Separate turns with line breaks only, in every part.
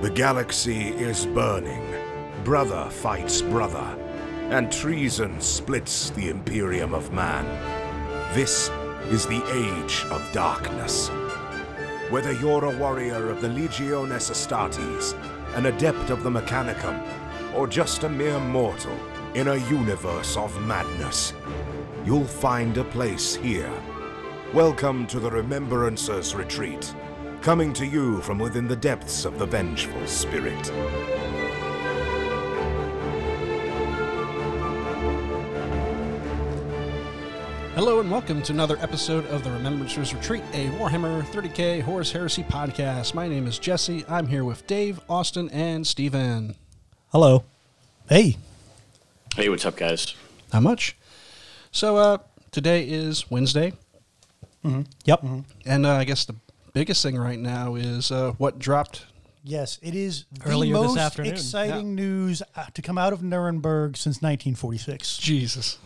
The galaxy is burning. Brother fights brother. And treason splits the Imperium of Man. This is the Age of Darkness. Whether you're a warrior of the Legiones Astartes, an adept of the Mechanicum, or just a mere mortal in a universe of madness, you'll find a place here. Welcome to the Remembrancer's Retreat, coming to you from within the depths of the Vengeful Spirit.
Hello and welcome to another episode of the Remembrancers Retreat, a Warhammer 30K Horus Heresy podcast. My name is Jesse. I'm here with Dave, Austin, and Steven.
Hello. Hey.
Hey, what's up, guys?
Not much. So uh, today is Wednesday,
Yep.
and uh, I guess the biggest thing right now is uh, what dropped.
Yes, it is
Earlier
the
this
most
afternoon.
exciting news uh, to come out of Nuremberg since 1946.
Jesus.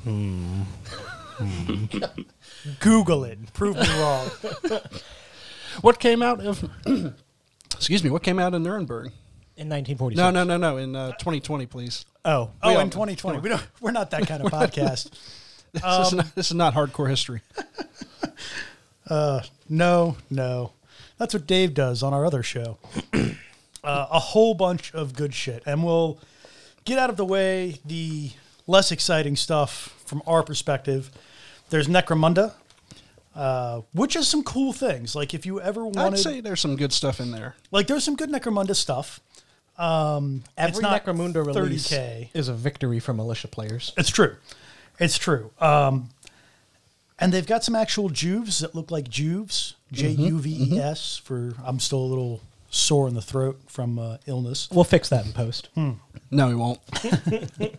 Google it. Prove me wrong.
What came out of. excuse me, what came out of Nuremberg?
In 1946.
No, no, no, no, in uh, 2020, please.
Oh.
Oh,
all-
in 2020, we don't. We're not that kind of podcast.
This,
Um,
is not, this is not hardcore history.
No, no. That's what Dave does on our other show. uh, a whole bunch of good shit. And we'll get out of the way the less exciting stuff from our perspective. There's Necromunda, uh, which is some cool things. Like, if you ever wanted.
I'd say there's some good stuff in there.
Like there's some good Necromunda stuff. Um,
Every
it's not
Necromunda release
30K.
is a victory for militia players.
It's true. It's true. Um, and they've got some actual juves that look like juves.
Mm-hmm,
J U V E S for I'm still a little sore in the throat from uh, illness.
We'll fix that in post.
No, he won't. I'll put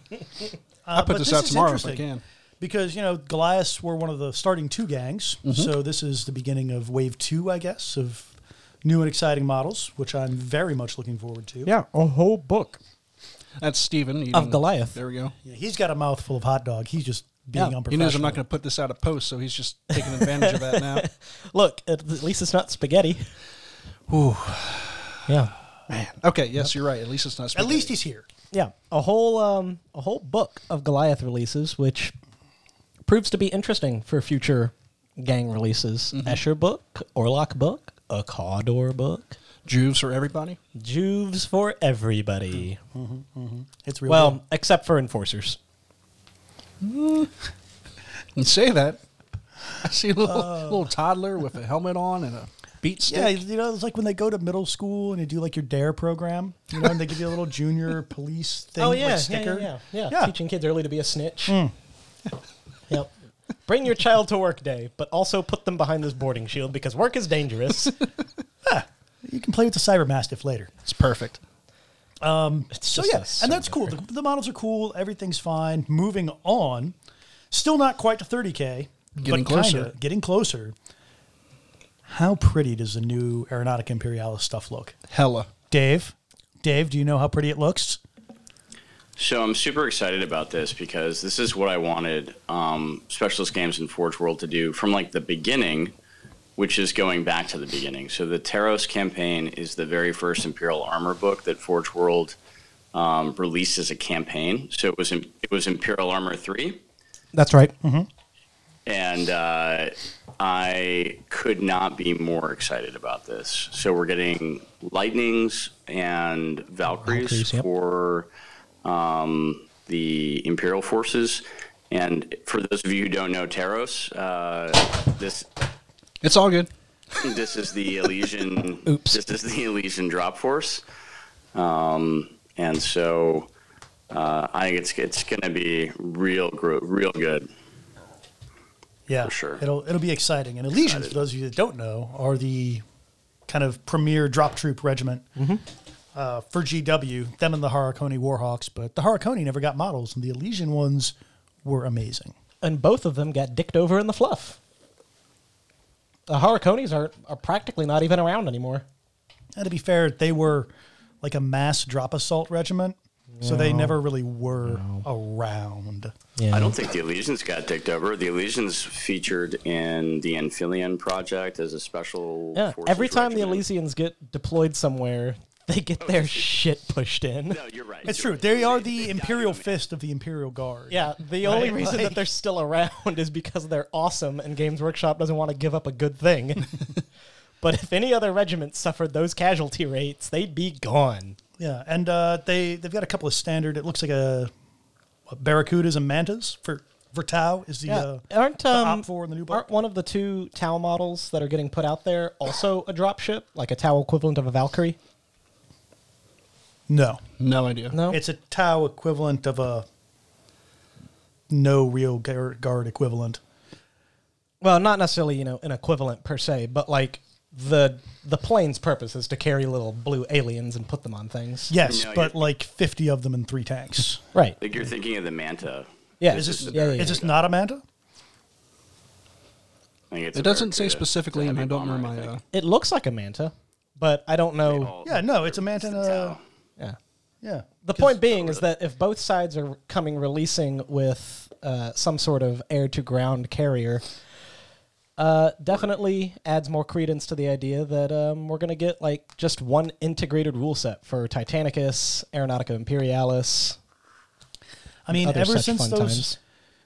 Uh, but
this out
is
tomorrow if I
interesting,
can.
Because, you know, Goliaths were one of the starting two gangs.
Mm-hmm.
So this is the beginning of wave two, I guess, of new and exciting models, which I'm very much looking forward to.
Yeah, a whole book.
That's Steven. eating-
Of Goliath.
There we go.
Yeah, He's got a mouthful of hot dog. He's just being
Yeah,
He
unprofessional.
knows I'm not going to put this out of post, so he's just taking advantage of that now.
Look, at, at least it's not spaghetti. Ooh. Yeah.
Okay, yes, you're right. At least it's not.
At
spaghetti.
least he's here.
Yeah. A whole um a whole book of Goliath releases, which proves to be interesting for future gang releases. Escher book, Orlok book, a Cawdor book.
Jews for everybody.
Juves for everybody.
It's real.
Well,
good.
except for enforcers.
You say that. I see a little,
Uh.
little toddler with a helmet on and a beat stick.
yeah, you know, it's like when they go to middle school and you do like your DARE program, you know, and they give you a little junior police thing,
Oh
like,
yeah, yeah,
sticker.
Yeah, yeah, yeah.
Yeah. Hmm.
Teaching kids early to be a snitch. yep. Bring your child to work day, but also put them behind this boarding shield because work is dangerous.
You can play with the Cyber Mastiff later.
It's perfect.
It's
So
just
yeah,
a
and that's
surrender.
cool. The, the models are cool. Everything's fine. Moving on, still not quite to 30k,
Getting
but
closer.
Kinda, getting closer. How pretty does the new Aeronautic Imperialis stuff look,
Hella.
Dave? Dave, do you know how pretty it looks?
So I'm super excited about this because this is what I wanted um, Specialist Games and Forge World to do from like the beginning, which is going back to the beginning. So the Taros campaign is the very first Imperial Armor book that Forge World um, released as a campaign. So it was it was Imperial Armor three.
That's right.
and uh, I could not be more excited about this. So we're getting lightnings and Valkyries,
Valkyries, yep.
for um, the Imperial forces. And for those of you who don't know Taros, uh, this
It's all good.
this is the Elysian.
Oops.
This is the Elysian drop force. Um, and so uh, I think it's it's going to be real gro- real good.
Yeah,
For sure.
It'll it'll be exciting. And Elysians, for those of you that don't know, are the kind of premier drop troop regiment
Mm-hmm.
uh, for GW. Them and the Harakoni Warhawks, but the Harakoni never got models, and the Elysian ones were amazing.
And both of them got dicked over in the fluff. The Harakonis are, are practically not even around anymore.
And to be fair, they were like a mass drop assault regiment, so they never really were around.
Yeah.
I don't think the Elysians got dicked over. The Elysians featured in the Amphileon project as a special.
Yeah.
forces
Every time the
regiment.
Elysians get deployed somewhere, they get their shit pushed in.
No, you're right.
It's
you're
true.
right.
They are the
they
imperial
document-
fist of the imperial guard.
Yeah, the only
Right,
reason
like-
that they're still around is because they're awesome and Games Workshop doesn't want to give up a good thing. but if any other regiment suffered those casualty rates, they'd be gone.
yeah. And uh, they they've got a couple of standard. It looks like a, what, barracudas and mantas for for Tau is the
Yeah,
uh,
aren't um,
op four in the new book?
aren't one of the two Tau models that are getting put out there also a dropship, like a Tau equivalent of a Valkyrie?
no.
No idea.
No,
It's a Tau equivalent of a no real gar- guard equivalent.
well, not necessarily you know an equivalent per se, but like the the plane's purpose is to carry little blue aliens and put them on things.
Yes,
No,
but
you're-
like fifty of them in three tanks.
right.
I think you're thinking of the manta.
Yeah,
Is
This
this
is the
yeah, yeah, yeah.
is this not a manta?
I think it's
It
a
doesn't say
barracuda.
specifically,
It's a
and I
heavy
don't
bomber,
remember
I
my.
think.
Uh,
It looks like a manta, but I don't know.
All-
Yeah, no, it's a manta.
it's
and
the
a-
Tau.
Yeah.
Yeah.
The point being is that if both sides are coming releasing with uh, some sort of air to ground carrier, uh, definitely adds more credence to the idea that um, we're going to get like just one integrated rule set for Titanicus, Aeronautica Imperialis,
I mean,
other
ever
such
since
fun
those
times.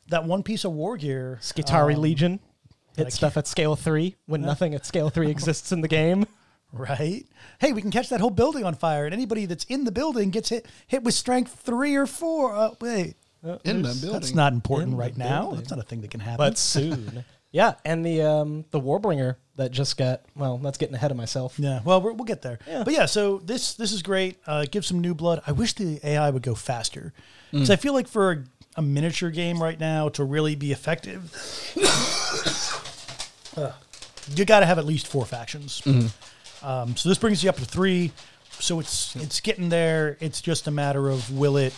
that one piece of war gear,
Skitari
um,
Legion,
I
hit stuff at scale three when nothing at scale three exists in the game.
right? Hey, we can catch that whole building on fire, and anybody that's in the building gets hit hit with strength three or four. Uh, wait,
in the building.
that's not important
In
right
the
now.
building.
That's not a thing that can happen.
but soon. Yeah, and the um, the Warbringer that just got well, that's getting ahead of myself.
yeah, well, we're, we'll get there.
Yeah.
But yeah, so this this is great. Uh, give some new blood. I wish the AI would go faster
Mm.
because I feel like for a, a miniature game right now to really be effective, uh, you got to have at least four factions.
Mm-hmm.
Um, so this brings you up to three. So it's it's getting there. It's just a matter of will it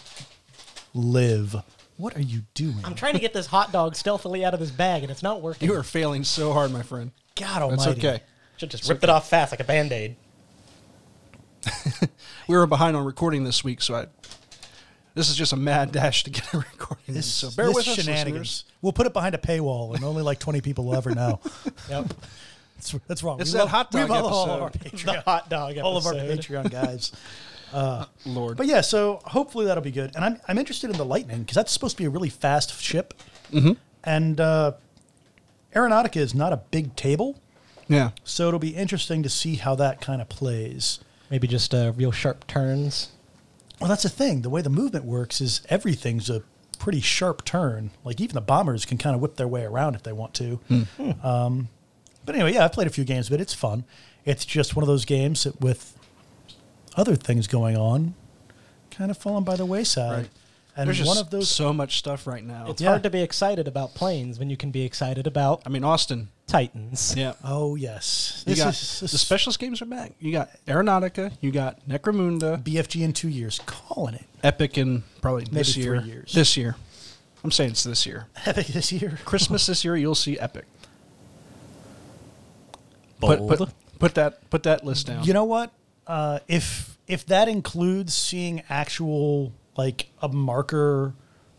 live. What are you doing?
I'm trying to get this hot dog stealthily out of this bag, and it's not working.
You are failing so hard, my friend.
God
That's
Almighty.
okay.
Should just ripped it off fast like a band aid.
We were behind on recording this week, so I. This is just a mad dash to get a recording.
This,
so bear
this
with us,
shenanigans.
listeners.
We'll put it behind a paywall, and only like 20 people will ever know.
Yep.
That's, that's wrong.
It's
We
that
love-
hot
we
dog
love all
episode.
of our
the
Patreon,
hot dog. Episode.
all of our Patreon guys. Uh,
Lord,
But yeah, so hopefully that'll be good. And I'm, I'm interested in the Lightning because that's supposed to be a really fast ship.
Mm-hmm.
And uh, Aeronautica is not a big table,
yeah,
so it'll be interesting to see how that kind of plays.
Maybe just uh, real sharp turns.
Well, that's the thing. The way the movement works is everything's a pretty sharp turn. Like even the bombers can kind of whip their way around if they want to.
Hmm.
Um, but anyway, yeah, I've played a few games, but it's fun. It's just one of those games that with other things going on, kind of fallen by the wayside.
Right.
And
there's just
one of those,
so much stuff right now.
It's
Yeah.
hard to be excited about planes when you can be excited about
I mean, Austin.
Titans.
Yeah,
oh yes,
you
this
got
is this
the
is
specialist games are back. You got Aeronautica. You got Necromunda.
BFG in two years, calling it
Epic in probably this
three
year.
years.
This year, I'm saying it's this year.
epic this year.
Christmas this year, you'll see Epic. Put, put, put that put that list down.
You know what? Uh, if if that includes seeing actual like a marker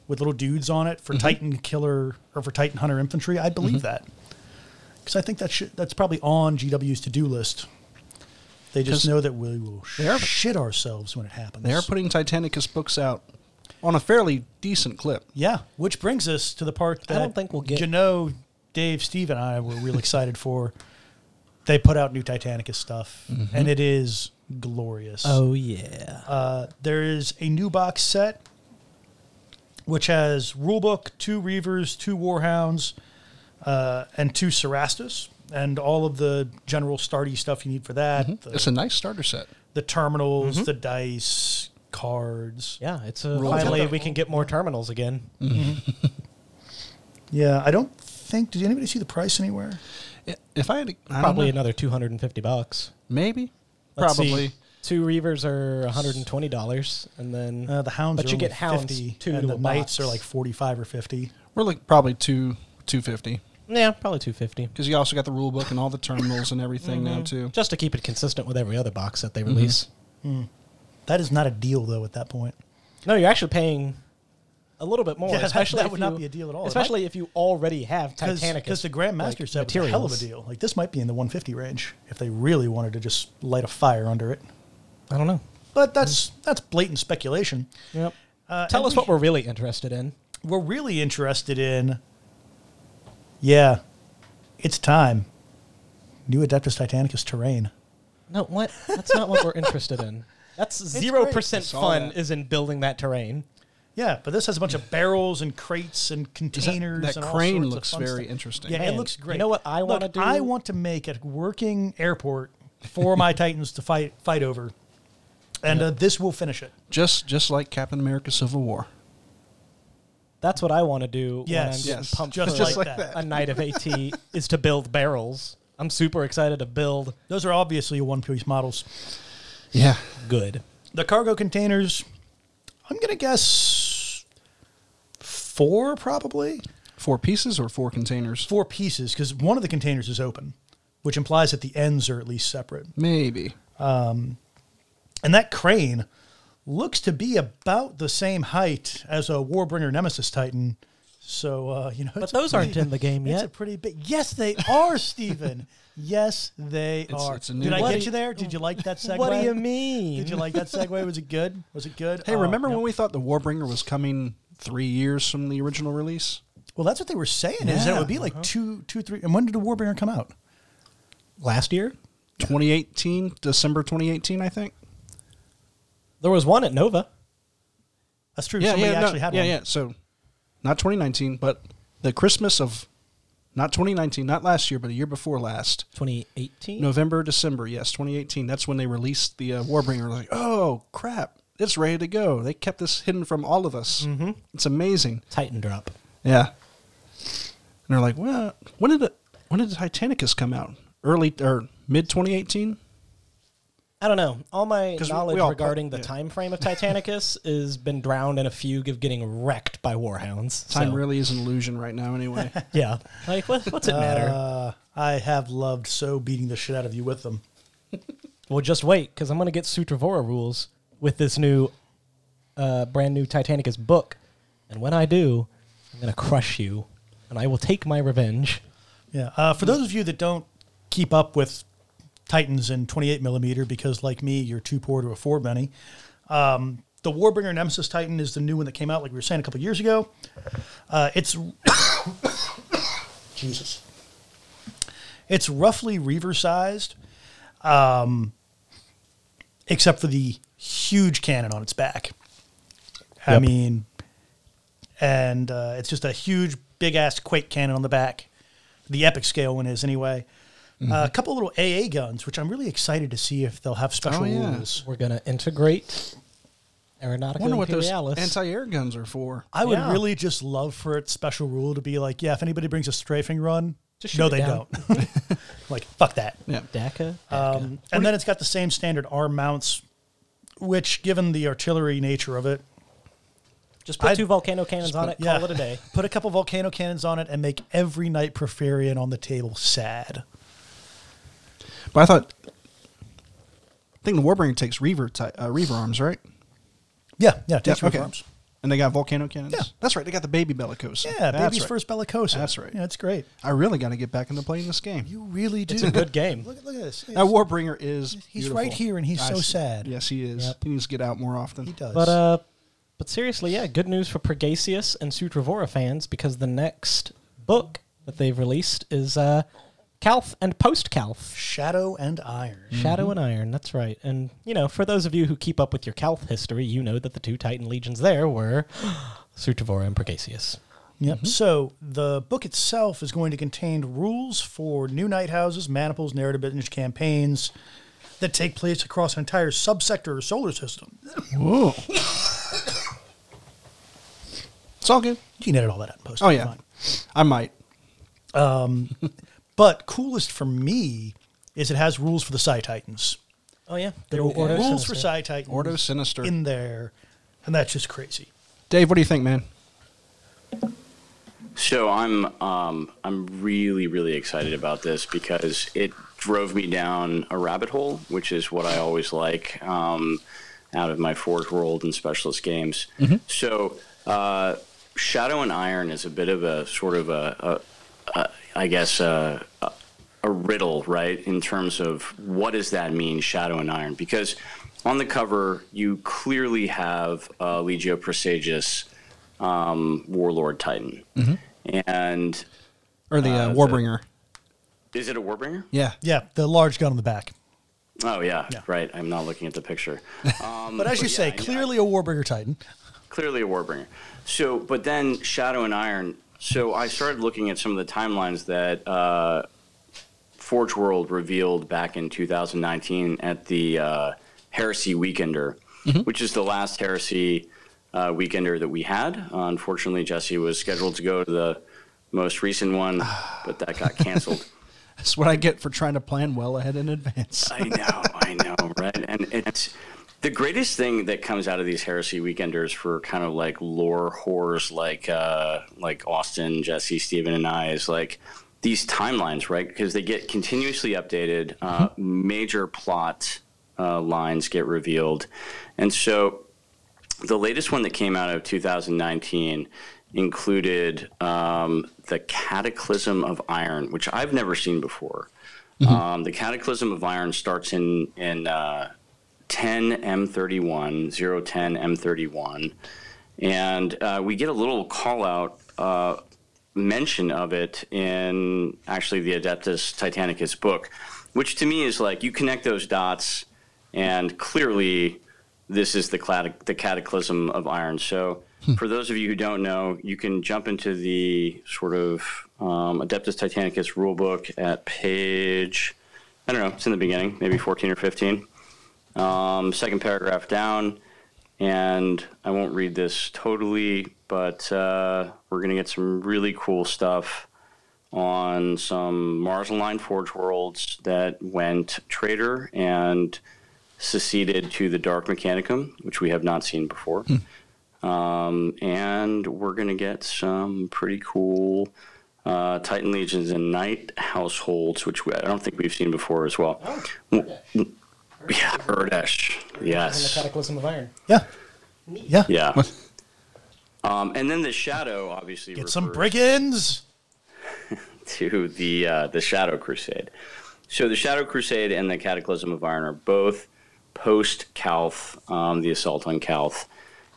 with little dudes on it for
Mm-hmm.
Titan Killer or for Titan Hunter Infantry, I believe that. 'Cause that because I think that should, that's probably on GW's to do list. They just
'Cause
know that we will
they are-
shit ourselves when it happens.
They are putting Titanicus books out on a fairly decent clip.
yeah, which brings us to the part
I
that
don't think we'll get-
You know, Dave, Steve, and I were real excited for. They put out new Titanicus stuff, and it is glorious.
Mm-hmm. Oh yeah.
Uh, there is a new box set which has rulebook, two Reavers, two Warhounds, uh, and two Serastus, and all of the general starty stuff you need for that.
Mm-hmm.
It's
The,
a nice starter set.
the terminals, the dice, cards.
yeah, it's a,
Roll
finally
Tide.
we can get more terminals again.
Yeah, I don't think. Did anybody see the price anywhere?
I- If I had, to- I don't
Probably
know.
another 250 bucks.
maybe,
Let's see.
probably.
Two Reavers are 120 dollars, and then
Uh, the hounds,
But
are
you
only
get hounds
50,
too
and
to
the
a
knights
box.
are like forty-five or fifty.
We're like probably two two fifty
yeah, probably 250.
because you also got the rule book and all the terminals and everything now too.
Just to keep it consistent with every other box that they
Mm-hmm.
release.
That is not a deal though. At that point,
No, you're actually paying a little bit more.
Yeah, that-
especially
that
if
would
you-
not be a deal at all. It
Especially if you already have Titanic
because the Grandmaster
like,
set was a hell of a
materials.
deal. Like this might be in the 150 range if they really wanted to just light a fire under it.
I don't know.
But that's that's blatant speculation.
Yep.
Uh,
Tell
and
us
we-
what we're really interested in.
we're really interested in. Yeah, it's time. New Adeptus Titanicus terrain.
No, what? That's not what we're interested in. That's zero percent
I saw
fun
that.
is in building that terrain.
Yeah, but this has a bunch of barrels and crates and containers.
that
and all
crane
sorts of
looks
fun
very
stuff.
interesting.
Yeah,
Man,
it looks
you
great.
know what I
Look,
wanna do?
I want to make a working airport for my Titans to fight fight over, and uh, this will finish it.
Just just like Captain America: Civil War.
That's what I want to do when I'm
Yes,
getting
yes,
pumped
just
for
like Just like that.
a night of AT is to build barrels. I'm super excited to build
Those are obviously one piece models.
Yeah,
good.
The cargo containers, I'm gonna guess four probably.
four pieces or four containers,
four pieces because one of the containers is open, which implies that the ends are at least separate.
maybe.
And that crane looks to be about the same height as a Warbringer Nemesis Titan. So uh, you know,
But
it's a
those aren't in the game
It's a
yet.
pretty big. Yes, they are, Stephen. yes, they
It's-
are.
it's a new-
Did I
What
get
do-
you there? Did you like that segue?
What do you mean?
Did you like that segue? Was it good? Was it good?
Hey,
Oh,
remember
no.
when we thought the Warbringer was coming three years from the original release?
Well, that's what they were saying. Is that it would be
Uh-huh.
like two, two, three. And when did the Warbringer come out?
Last year,
2018, December 2018, I think.
there was one at Nova.
That's true. Somebody
no,
actually had
yeah,
one.
yeah. So, not 2019, but the Christmas of not 2019, not last year, but a year before last,
2018.
November, December, yes, 2018. That's when they released the uh, Warbringer. Like, oh crap, it's ready to go. They kept this hidden from all of us. Mm-hmm. It's amazing.
Titan drop.
Yeah. And they're like, well, when did it, when did Titanicus come out? Early or mid 2018?
I don't know. All my
'Cause we-
knowledge
we all put-
regarding the
yeah.
time frame of Titanicus has been drowned in a fugue of getting wrecked by warhounds.
Time
so-
really is an illusion right now, anyway.
Yeah. Like, what, what's it matter?
Uh, I have loved so beating the shit out of you with them.
Well, just wait, because I'm going to get Sutravora rules with this new, uh, brand new Titanicus book. And when I do, I'm going to crush you, and I will take my revenge.
Yeah. Uh, for those of you that don't keep up with Titans in 28 millimeter, because like me, you're too poor to afford many. Um, the Warbringer Nemesis Titan is the new one that came out, like we were saying a couple years ago. Uh, it's Jesus. It's roughly Reaver sized, um, except for the huge cannon on its back. I
Yep.
mean, and uh, it's just a huge, big ass quake cannon on the back. The epic scale one is anyway.
Mm-hmm.
Uh, a couple little AA guns, which I'm really excited to see if they'll have special
Oh, yeah.
rules.
We're going to integrate
I
Aeronautica
wonder what those
Imperialis.
anti-air guns are for.
I would
Yeah.
really just love for its special rule to be like, yeah, if anybody brings a strafing run,
Just shoot
no,
it
they
down.
don't. like, fuck that.
Yeah.
DACA.
Um, and then it's got the same standard arm mounts, which, given the artillery nature of it,
just put
I'd-
two volcano cannons on it.
yeah.
Call it a day.
put a couple volcano cannons on it and make every night Porphyrian on the table sad.
But I thought, I think the Warbringer takes Reaver ty- uh, Reaver arms, right?
Yeah, yeah, takes
Yeah,
your arms.
And they got volcano cannons.
Yeah.
that's right. They got the baby bellicose.
Yeah,
That's
baby's
right.
first bellicosa.
That's right.
Yeah, it's great.
I really got to get back into playing this game.
You really do.
It's a good game.
look, look at this.
that Warbringer is.
He's
beautiful.
right here and he's so
see-
sad.
Yes, he is.
Yep.
He needs to get out more often.
he does.
But uh, but seriously, yeah, good news for Pergasius and Sutravora fans because the next book that they've released is uh, Calf and Post Calf.
Shadow and Iron.
Shadow and Iron, that's right. And, you know, for those of you who keep up with your Calth history, you know that the two Titan legions there were Sutravora and Pergasius.
Yep. So the book itself is going to contain rules for new night houses, maniples, narrative business campaigns that take place across an entire subsector or solar system.
Whoa. it's all good.
You can edit all that out in post.
Oh yeah,
Fine.
I might.
But coolest for me is it has rules for the Psy Titans.
Oh, yeah.
There were rules for Psy Titans
Ordo Sinister.
in there, and that's just crazy.
Dave, what do you think, man?
So I'm um, I'm really really excited about this because it drove me down a rabbit hole, which is what I always like um, out of my Forge World and Specialist games. So uh, Shadow and Iron is a bit of a sort of a, a, a I guess a, a, a riddle, right? In terms of what does that mean, Shadow and Iron? Because on the cover, you clearly have uh, Legio Presagius, um, Warlord Titan,
Mm-hmm.
and
or the uh, Warbringer.
is it a Warbringer?
yeah.
Yeah, the large gun on the back.
Oh yeah,
Yeah.
right. I'm not looking at the picture. Um,
But as you
yeah,
say,
I-
clearly a Warbringer Titan.
clearly a warbringer. So, but then Shadow and Iron. So I started looking at some of the timelines that uh, Forge World revealed back in 2019 at the uh, Heresy Weekender,
Mm-hmm.
which is the last Heresy uh, Weekender that we had. unfortunately, Jesse was scheduled to go to the most recent one, but that got canceled.
That's what I get for trying to plan well ahead in advance.
I know, I know, right? And it's the greatest thing that comes out of these heresy weekenders for kind of like lore whores like uh, like Austin, Jesse, Steven, and I is like these timelines, right? Because they get continuously updated. Uh, Major plot uh, lines get revealed, and so the latest one that came out of 2019 included um, the Cataclysm of Iron, which I've never seen before. Um, the Cataclysm of Iron starts in in uh, 10 M31, 010 M31, and uh, we get a little call out uh, mention of it in actually the Adeptus Titanicus book, which to me is like you connect those dots, and clearly this is the, clad- the cataclysm of iron. So, for those of you who don't know, you can jump into the sort of um, Adeptus Titanicus rulebook at page, I don't know, it's in the beginning, maybe 14 or 15. Um, second paragraph down. And I won't read this totally, but uh, we're going to get some really cool stuff on some Mars Aligned Forge worlds that went traitor and seceded to the Dark Mechanicum, which we have not seen before.
Hmm.
Um, and we're going to get some pretty cool uh, Titan Legions and Knight households, which we, I don't think we've seen before as well. yeah, Erdesh. Yes.
Cataclysm of Iron.
Yeah. Yeah.
Yeah. Um, and then the shadow obviously
Get some
refers
brigands.
to the uh, the Shadow Crusade. So the Shadow Crusade and the Cataclysm of Iron are both post Calth, um, the assault on Calth,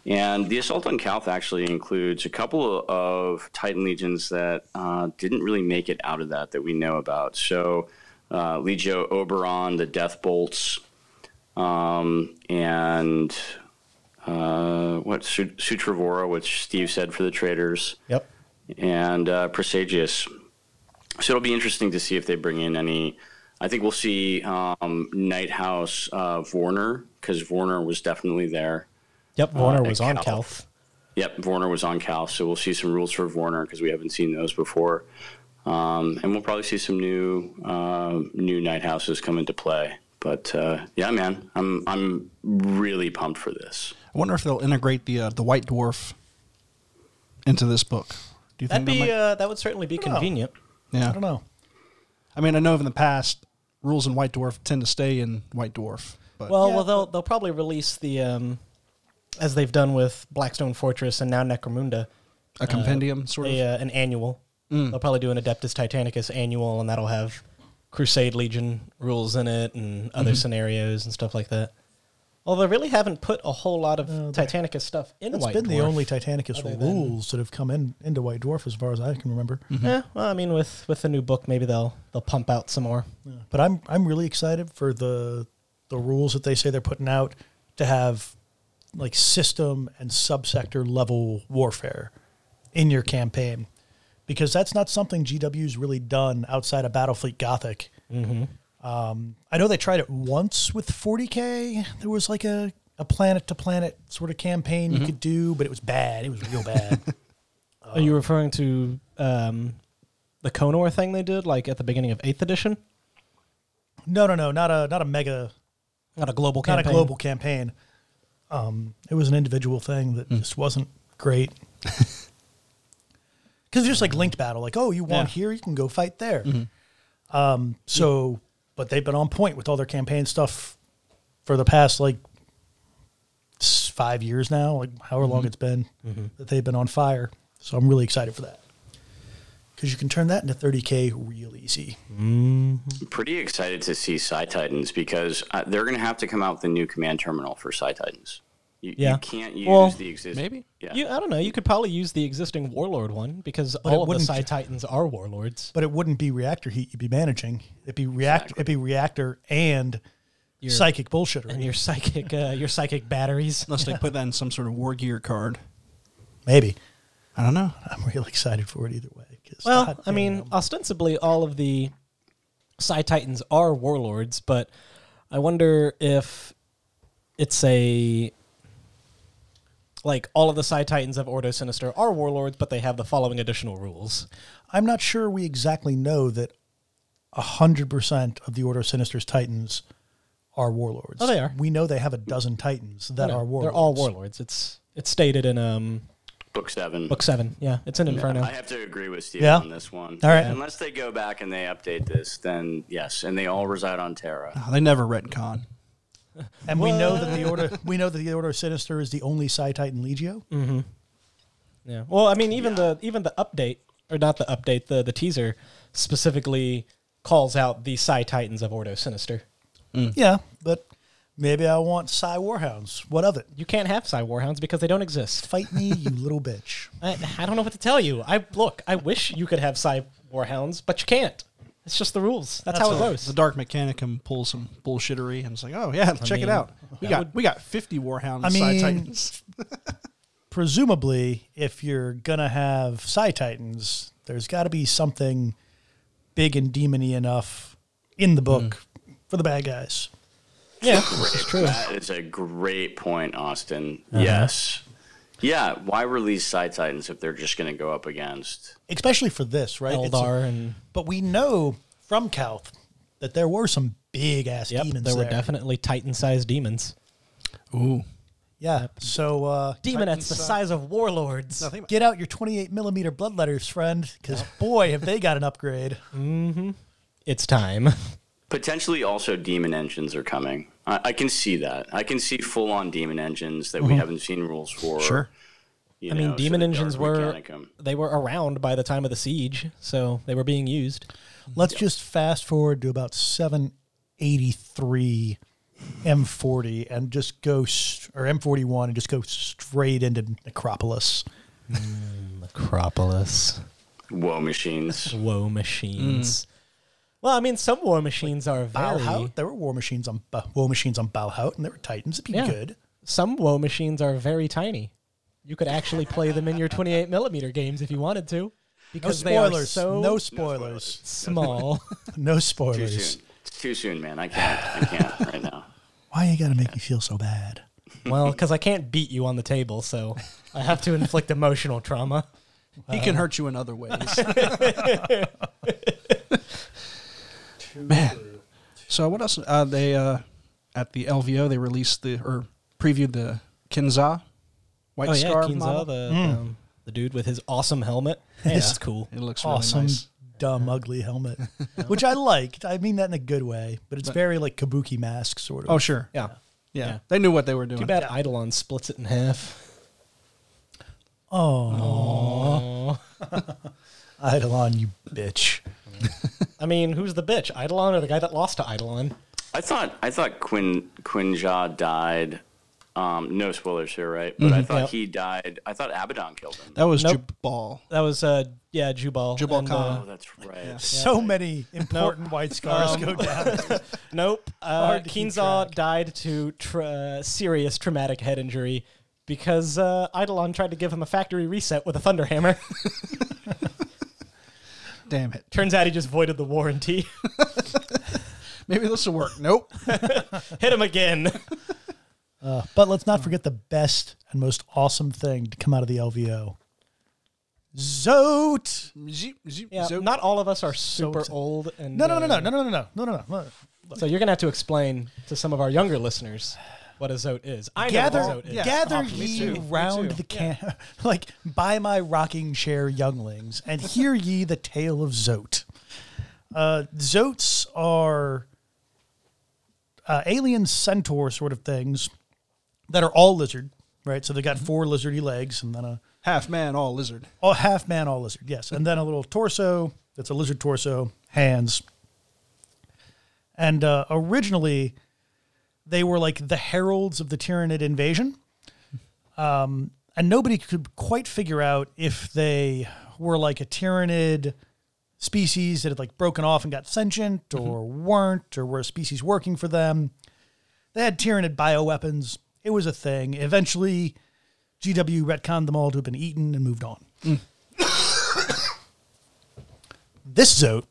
and the assault on Calth actually includes a couple of Titan legions that uh, didn't really make it out of that that we know about. So uh, Legio Oberon, the Death Bolts, um, and uh, what Sut- Sutravora, which Steve said for the traders
Yep.
and uh, Presagius. So it'll be interesting to see if they bring in any. I think we'll see um, Nighthouse uh, Vorner because Vorner was definitely there.
Yep, Warner
Uh,
was on
Calth.
Calth.
Yep, Vorner was on Cal, so we'll see some rules for Vorner because we haven't seen those before, um, and we'll probably see some new uh, new night houses come into play. But uh, yeah, man, I'm I'm really pumped for this.
I wonder if they'll integrate the uh, the White Dwarf into this book. Do you
That'd
think they
be
might?
uh, that would certainly be convenient.
yeah.
I don't know.
I mean, I know in the past rules in White Dwarf tend to stay in White Dwarf, but
Well,
Yeah,
well, they'll they'll probably release the um, as they've done with Blackstone Fortress and now Necromunda,
a compendium sort of.
a, uh, an annual.
Mm.
They'll probably do an Adeptus Titanicus annual, and that'll have Crusade Legion rules in it and
Mm-hmm.
other scenarios and stuff like that. Although they really haven't put a whole lot of Titanicus stuff in
That's
White
Oh, been the
Dwarf.
only Titanicus
Other than-
rules that have come in into White Dwarf, as far as I can remember.
Yeah, well, I mean, with with the new book, maybe they'll they'll pump out some more.
But I'm I'm really excited for the the rules that they say they're putting out to have like system and subsector level warfare in your campaign because that's not something GW's really done outside of Battlefleet Gothic. Um, I know they tried it once with 40k. There was like a a planet to planet sort of campaign you could do, but it was bad. It was real bad.
Are you referring to um, the Conor thing they did, like at the beginning of Eighth Edition?
no, no, no, not a not a mega
Not a global
not a global campaign. Um, it was an individual thing
Hmm.
that just wasn't great. Because just like linked battle, like oh, you won
Yeah. Mm-hmm.
here, you can go fight there. Um, so, but they've been on point with all their campaign stuff for the past like s- five years
Mm-hmm.
now, like however long it's been that they've been on fire. So I'm really excited for that. because you can turn that into 30K real easy.
pretty excited to see SciTitans because uh, they're going to have to come out with a new command terminal for SciTitans. You,
Yeah.
you can't use
Well,
the existing.
maybe.
Yeah.
You, I don't know. You could probably use the existing warlord one because
it
all of the
wouldn't-
Psi Titans are warlords.
But it wouldn't be reactor heat you'd be managing. It'd be, react- it'd be reactor and psychic bullshit.
And your psychic, uh, your psychic batteries.
Unless they put that in some sort of war gear card.
Maybe.
I don't know.
I'm real excited for it either way. 'cause
Well,
God
I mean,
damn.
ostensibly all of the Psi Titans are warlords, but I wonder if it's a like all of the Psi Titans of Ordo Sinister are warlords, but they have the following additional rules.
I'm not sure we exactly know that 100% of the Order of Sinister's Titans are warlords.
Oh, they are.
We know they have a dozen Titans that
You know,
are warlords.
They're all warlords. It's it's stated in um
Book seven.
book seven. Yeah, it's in Inferno.
I have to agree with Steve
Yeah?
on this one.
All right.
Unless they go back and they update this, then yes, and they all reside on Terra.
Oh, they never retcon.
And we know that the Order we know that the Order of Sinister is the only Psi Titan Legio.
Mm. Yeah. Well, I mean, even the even the update or not the update, the the teaser specifically calls out the Psi Titans of Ordo Sinister.
Yeah, but maybe I want Psi Warhounds. What of it?
You can't have Psi Warhounds because they don't exist.
Fight me, you little bitch.
I, I don't know what to tell you. I look. I wish you could have Psi Warhounds, but you can't. It's just the rules. That's, how it goes.
The Dark Mechanicum pulls some bullshittery and it's like, oh, yeah, check
mean,
it out. We
that
got
would-
we got 50 Warhound
I mean-
Titans.
Presumably, if you're gonna have Psi Titans, there's got to be something big and demony enough in the book
Hmm.
for the bad guys.
yeah, it's true.
That is a great point, Austin. Yes. Yeah. Why release Side Titans if they're just going to go up against?
especially for this, right? It's a-
Eldar and
but we know from Kalth that there were some big ass
yep,
demons
there were
there.
definitely Titan-sized demons.
Ooh.
yeah. So uh,
Demon that's the size of warlords.
Nothing.
get out your 28 millimeter bloodletters, friend, because boy, have they got an upgrade.
It's time.
Potentially, also demon engines are coming. I, I can see that. I can see full-on demon engines that we haven't seen rules for.
Sure.
you
Mm-hmm. I mean,
know, so
demon
the
engines
Dark
were
Mechanicum.
they were around by the time of the siege, so they were being used.
Let's just fast forward to about 783 M40 and just go, st- or M41 and just go straight into Necropolis.
Necropolis.
Woe machines.
Woe machines. Well, I mean, some war machines are very.
Bauhaut, there were war machines on Ba- war machines on Bauhaut, and there were Titans. It'd be
Yeah.
good.
Some woe machines are very tiny. You could actually play them in your 28 millimeter games if you wanted to,
No
because they are
spoilers.
so
no spoilers.
small.
No
Too
spoilers.
soon. It's too soon, man. I can't. I can't right now.
Why you gotta make me feel so bad?
well, because I can't beat you on the table, so I have to inflict emotional trauma.
He
Uh-huh.
can hurt you in other ways. Man. So what else? Uh, they uh, at the LVO they released the or previewed the Kinza White
oh yeah,
Scar
Kinza,
model.
the um, the dude with his awesome helmet. Yeah, that's cool.
it looks
Awesome,
really nice.
dumb, ugly helmet, which I liked. I mean that in a good way, but it's very like kabuki mask sort of.
Oh sure, yeah.
Yeah.
yeah,
Yeah.
They knew what they were doing.
Too bad Eidolon splits it in half.
Eidolon, you bitch.
I mean, who's the bitch? Eidolon or the guy that lost to Eidolon?
I thought. I thought Quin Quinja died. Um, no spoilers here, right? But I thought
Yeah.
he died. I thought Abaddon killed him.
That was
Nope.
Jabal.
That was uh yeah, Jubal.
Jubal
And,
Khan.
oh, that's right.
uh, so many important white scars go down.
uh, Um, nope. Uh,
Hard to keep
Kinza
track.
died to tra- serious traumatic head injury because uh, Eidolon tried to give him a factory reset with a thunder hammer.
Damn it.
Turns out he just voided the warranty.
Maybe this will work. Nope.
Hit him again.
But let's
Hmm.
not forget the best and most awesome thing to come out of the LVO. Zote.
Zip, zip,
Yeah,
zoop.
not all of us are super
so-
old. And
No, no, no,
uh,
no, no, no, no, no, no, no, no.
So you're gonna have to explain to some of our younger listeners what a zote is. I know
Gather,
what a zote
yeah.
is.
gather
Oh, me
ye
too, me
round
too.
the camp, like by my rocking chair, younglings, and hear ye the tale of Zote. Uh, Zotes are uh, alien
Mm-hmm.
centaur sort of things that are all lizard, right? So they got four lizardy legs and then a
Half man, all lizard.
Oh, half man, all lizard. Yes, and then a little torso. That's a lizard torso, hands. And uh, originally, they were like the heralds of the Tyranid invasion, um, and nobody could quite figure out if they were like a Tyranid species that had like broken off and got sentient, or weren't, or were a species working for them. They had Tyranid bioweapons. It was a thing. Eventually, GW retconned them all to have been eaten and moved on. this Zote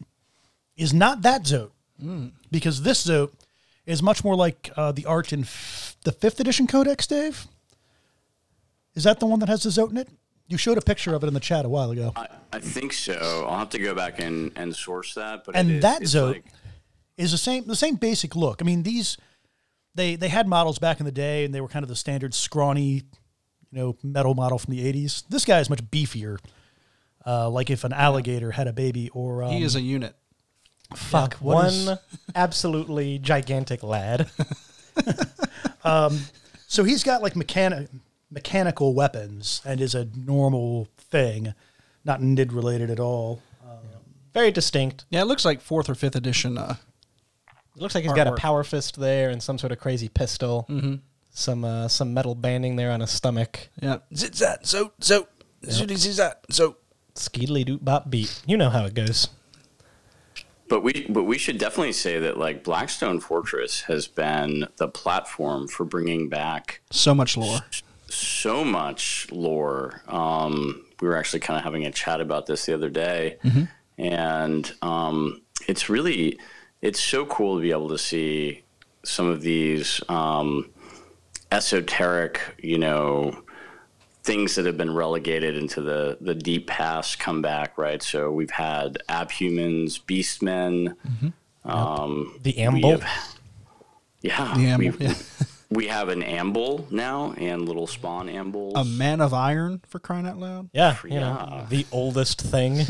is not that Zote
Hmm.
because this Zote is much more like uh, the art in f- the fifth edition Codex, Dave. Is that the one that has the Zote in it? You showed a picture of it in the chat a while ago.
I, I think so. I'll have to go back and, and source that. But it
and
is-
that
it's
Zote
like-
is the same the same basic look. I mean, these they they had models back in the day, and they were kind of the standard scrawny, you know, metal model from the '80s. This guy is much beefier. Uh, like if an alligator had a baby, or um,
He is a unit.
Fuck
what
one
is-
absolutely gigantic lad.
so he's got like mechani- mechanical weapons and is a normal thing, not nid related at all.
Very distinct.
Yeah, it looks like fourth or fifth edition. Uh,
It looks like he's got a
Artwork.
power fist there and some sort of crazy pistol.
Mm-hmm.
Some uh, some metal banding there on his stomach.
yeah. Zit zat, so, so, zooty zat, so.
Skeedly doop bop beat. You know how it goes.
But we but we should definitely say that like Blackstone Fortress has been the platform for bringing back
So much lore.
so much lore. Um, we were actually kind of having a chat about this the other day, and um, it's really it's so cool to be able to see some of these um, esoteric, you know, things that have been relegated into the the deep past come back. Right, so we've had abhumans, beastmen.
The
We
amble.
have- yeah,
The amble,
we've-
yeah.
we have an amble now and little spawn ambles.
Um,
A man of iron, for crying out loud.
Yeah, you know,
Yeah.
the oldest thing.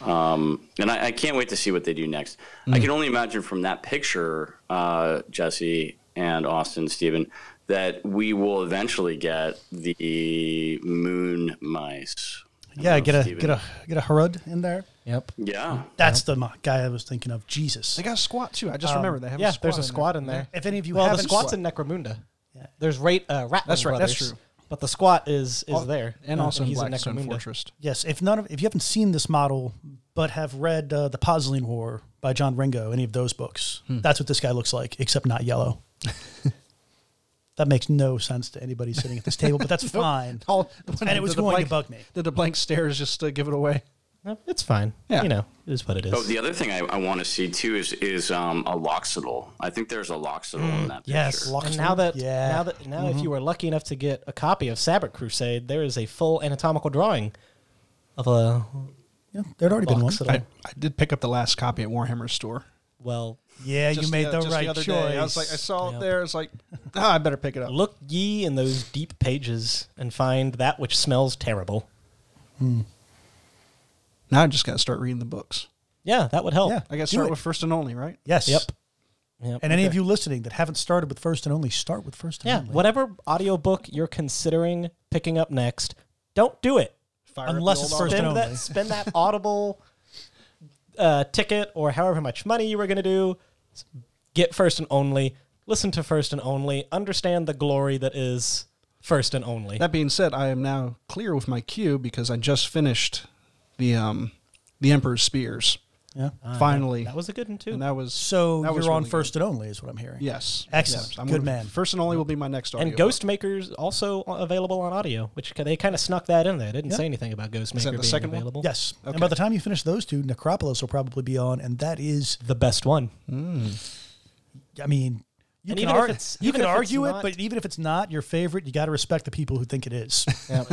and I, I can't wait to see what they do next.
mm.
I can only imagine from that picture, uh, Jesse and Austin, Stephen, that we will eventually get the moon mice. I don't
Yeah,
know,
get a
Steven.
get a get a Harud in there.
yep.
yeah.
That's the mo- guy I was thinking of. Jesus.
They got a squat too. I
Um,
just remembered they have.
yeah,
a squat
there's a
in
squat in there.
If any of you
well, the
haven't-
squat's in Necromunda. There's rate uh, Ratman
That's right, that's
Brothers,
true.
But the squat is is there,
and
uh,
also in
he's in
Blackstone
Necromunda.
Fortress.
Yes, if none of if you haven't seen this model but have read uh, the Puzzling War by John Ringo, any of those books,
Hmm.
that's what this guy looks like, except not yellow. that makes no sense to anybody sitting at this table, but that's fine.
Oh,
And it was going to bug me.
Did the blank stares just uh, give it away?
No, It's fine.
Yeah.
You know, it is what it is.
Oh, the other thing I, I want to see too is is um, a loxodil. I think there's a loxodil in that
Mm, yes,
picture.
lock-
and now that
Yeah.
now that now
Mm-hmm.
if you were lucky enough to get a copy of Sabbath Crusade, there is a full anatomical drawing of a
Yeah, there'd already been one.
Loxodil.
I, I did pick up the last copy at Warhammer's store.
well.
Yeah, you
Just
made
uh,
the
just
right
other
choice.
day. I was like, I saw it
Yeah.
there. It's like, ah, I better pick it up.
Look ye in those deep pages and find that which smells terrible.
Now I just got to start reading the books.
Yeah, that would help.
Oh, Yeah.
I got to
Do
start
it.
with first and only, right?
yes.
Yep. Yep.
And any of you listening that haven't started with first and only, start with first and
Yeah,
only.
whatever audiobook you're considering picking up next, don't do it.
Fire up
Unless
the
it's
old
first
Audible.
and
Spend
only.
that spend that audible uh, ticket or however much money you were going to do. S- Get first and only. Listen to first and only. Understand the glory that is first and only.
That being said, I am now clear with my cue because I just finished the um the Emperor's Spears.
Yeah.
finally,
That was a good one too.
and
And,
that was
So
that
you're
was
on
really good.
first and only, is what I'm hearing.
Yes.
Excellent.
Yes.
Good
gonna-
man.
First and only will be my next audio.
Ghost Maker's also available on audio, which they kind of snuck that in there. Didn't say anything about Ghost
that
Maker
the
being
second one?
available.
Yes. And by the time you finish those two, Necropolis will probably be on, and that is
the best one.
I mean, you can,
And even if
ar-
it's-
you
even
can
if it's
argue it,
not-
but even if it's not your favorite, you got to respect the people who think it is.
well,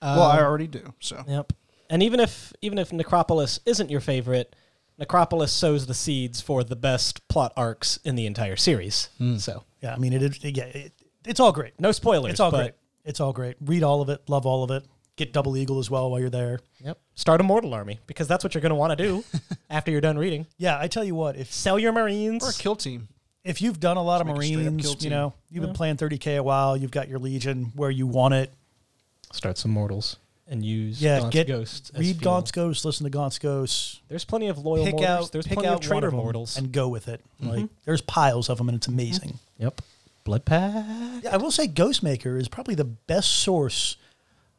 Um,
I already do. So
Yep. And even if even if Necropolis isn't your favorite, Necropolis sows the seeds for the best plot arcs in the entire series.
Hmm.
So
yeah, I mean, it, it, yeah, it, it's all great.
no spoilers.
it's all
but
great. It's all great. Read all of it. Love all of it. Get Double Eagle as well while you're there.
Yep. Start a mortal army because that's what you're going to want to do after you're done reading.
Yeah, I tell you what, if
Sell your
or a
marines.
kill team.
if you've done a lot of
make a straight-up kill
Marines, you
team.
know, you've been playing 30K a while, you've got your Legion where you want it,
Start some mortals and use
Yeah,
Gaunt's
get
Ghost. as
read
fuel.
Gaunt's Ghost, listen to Gaunt's Ghost,
There's plenty of loyal
pick
mortals.
out
there's
pick
plenty
out
of traitor
one of 'em
mortals.
and go with it.
Mm-hmm.
Like there's piles of them and it's amazing.
yep. Blood pack.
Yeah, I will say Ghostmaker is probably the best source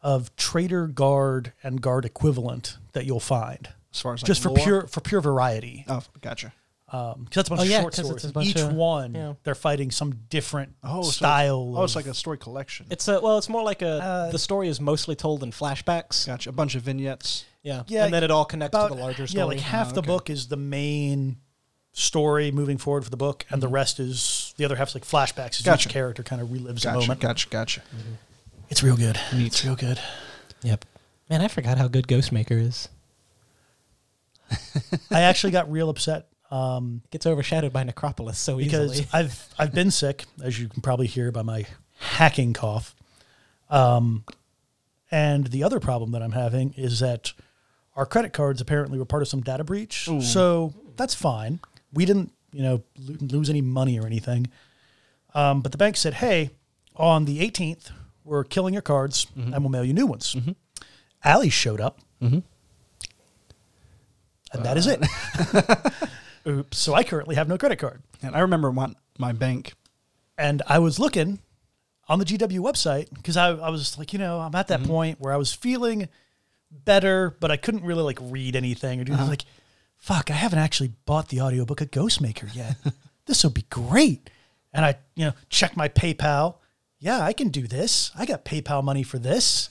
of traitor guard and guard equivalent that you'll find.
As far as, like,
just for
lore?
pure for pure variety,
Oh, gotcha.
because that's a bunch
Oh,
of
yeah,
short
'cause it's
stories.
a bunch
Each
of-
one,
yeah.
they're fighting some different
so it's-
style.
oh, it's
of-
like a story collection.
It's a well. It's more like a.
Uh,
the story is mostly told in flashbacks.
gotcha. A bunch of vignettes.
Yeah.
Yeah,
And then it all connects
about-
to the larger story.
Yeah, like half the
Oh, okay.
book is the main story moving forward for the book, and the rest is the other half's like flashbacks. as
Mm-hmm. Gotcha.
Each character kind of relives a
Gotcha.
moment. Mm.
Gotcha. Gotcha.
It's real good. It's real good.
Yep. Man, I forgot how good Ghostmaker is.
I actually got real upset um,
It gets overshadowed by Necropolis so
because
easily.
I've I've been sick, as you can probably hear by my hacking cough. Um, and the other problem that I'm having is that our credit cards apparently were part of some data breach, so that's fine. We didn't, you know, lo- lose any money or anything. Um, but the bank said, "Hey, on the 18th, we're killing your cards, and we'll mail you new ones." Allie showed up, and that is it. Oops. So I currently have no credit card.
And I remember my, my bank.
and I was looking on the GW website because I, I was like, you know, I'm at that point where I was feeling better, but I couldn't really like read anything or do anything. like, fuck, I haven't actually bought the audiobook of Ghostmaker yet. this would be great. And I, you know, checked my PayPal. Yeah, I can do this. I got PayPal money for this.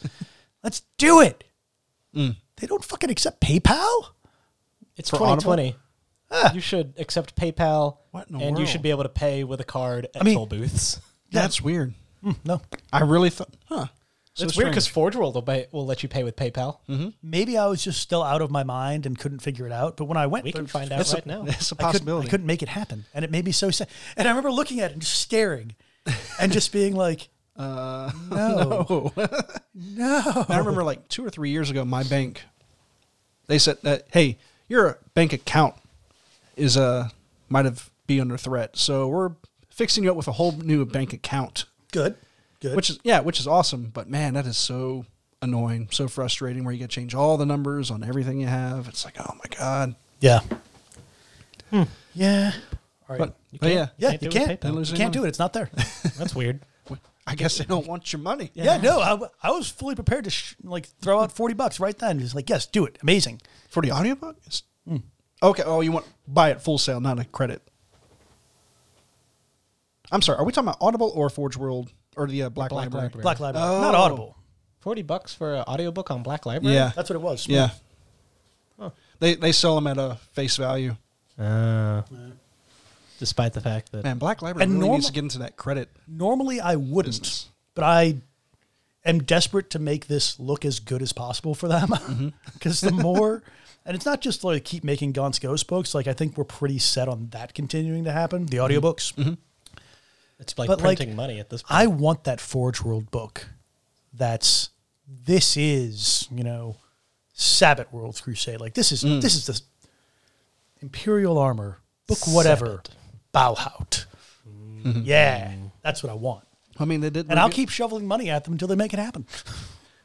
Let's do it. They don't fucking accept PayPal.
it's
for Audible? Ah.
2020. You should accept PayPal,
What in
and
the
you
world?
should be able to pay with a card at
mean-
toll booths.
That's weird.
No,
I really thought, huh? So
it's weird because
strange.
Forge World will, pay, will let you pay with PayPal.
Mm-hmm.
maybe I was just still out of my mind and couldn't figure it out. But when I went,
We can find out
It's a-
right now.
It's a
I couldn't-
possibility.
I couldn't make it happen, and it made me so sad. And I remember looking at it and just staring, and just being like,
Uh,
Oh.
I remember like two or three years ago, my bank, they said that, hey, your bank account is uh, might have be under threat, so we're fixing you up with a whole new bank account,
"Good, good."
which is yeah, which is awesome. But man, that is so annoying, so frustrating. Where you got to change all the numbers on everything you have. It's like, oh my god.
yeah, yeah. All right,
But, but yeah, Mm-hmm.
yeah, you
Hmm. can't do it with
can't.
PayPal.
Don't
You
lose any
can't
money.
do it. It's not there.
That's weird.
I guess they don't want your money.
yeah, no. I, w- I was fully prepared to sh- like throw out forty bucks right then. Just like, yes, do it. Amazing.
for the audiobook. It's-
Hmm.
Okay. Oh, you want buy it full sale, not a credit. I'm sorry. Are we talking about Audible or Forge World or the uh, Black,
Black
Library?
Library.
Black Library,
Oh.
not Audible.
40 bucks for an audiobook on Black Library?
Yeah.
That's what it was.
yeah. They they sell them at a face value.
Uh, despite the fact that
Man, Black Library
And
really needs
normal-
to get into that credit.
Normally, I wouldn't,
Business.
but I am desperate to make this look as good as possible for them. Because the more, and it's not just like keep making Gaunt's Ghost books. Like, I think we're pretty set on that continuing to happen, the audiobooks.
it's like
but, like,
printing money at this point.
I want that Forge World book that's, this is, you know, Sabbath World's Crusade. Like, this is, this is the Imperial Armor, book whatever, Bauhaut. Yeah, that's what I want.
I mean, they did.
And I'll
review-
keep shoveling money at them until they make it happen.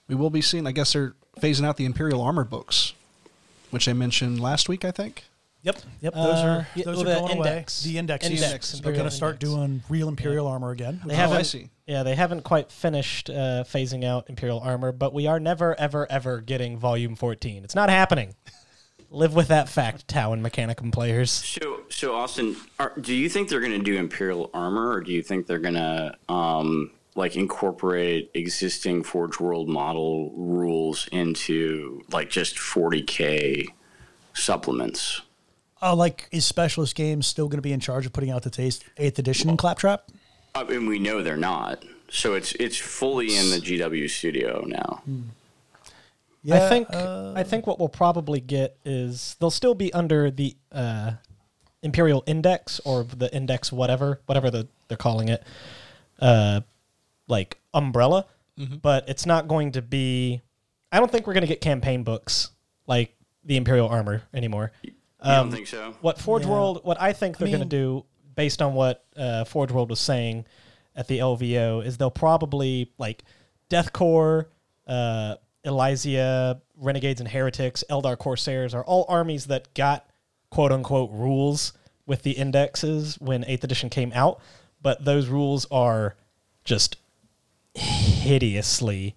We will be seeing. I guess they're phasing out the Imperial Armor books, which I mentioned last week. I think.
Yep, yep. Those
Uh,
are
yeah,
those
well,
are
the
going
index.
away. The indexes.
Index,
They're
Imperial
going to start
index.
doing real imperial armor again.
They
Oh,
haven't,
I see.
Yeah, they haven't quite finished uh, phasing out Imperial armor, but we are never, ever, ever getting Volume 14. It's not happening. Live with that fact, Tau and Mechanicum players.
So, so Austin, are, do you think they're going to do Imperial armor, or do you think they're going to um, like incorporate existing Forge World model rules into like just 40k supplements?
Oh, like is Specialist Games still going to be in charge of putting out the taste eighth edition claptrap?
I mean, we know they're not. So it's it's fully in the GW studio now.
I think
uh,
I think what we'll probably get is they'll still be under the uh, Imperial Index or the Index whatever, whatever the, they're calling it, uh, like umbrella.
Mm-hmm.
But it's not going to be. I don't think we're going to get campaign books like the Imperial Armor anymore.
You
Um,
don't think so?
what Forge World, what I think they're
mean-
going to do, based on what uh, Forge World was saying at the LVO, is they'll probably like Deathcore uh, Elysia, Renegades and Heretics, Eldar Corsairs are all armies that got quote unquote rules with the indexes when 8th edition came out, but those rules are just hideously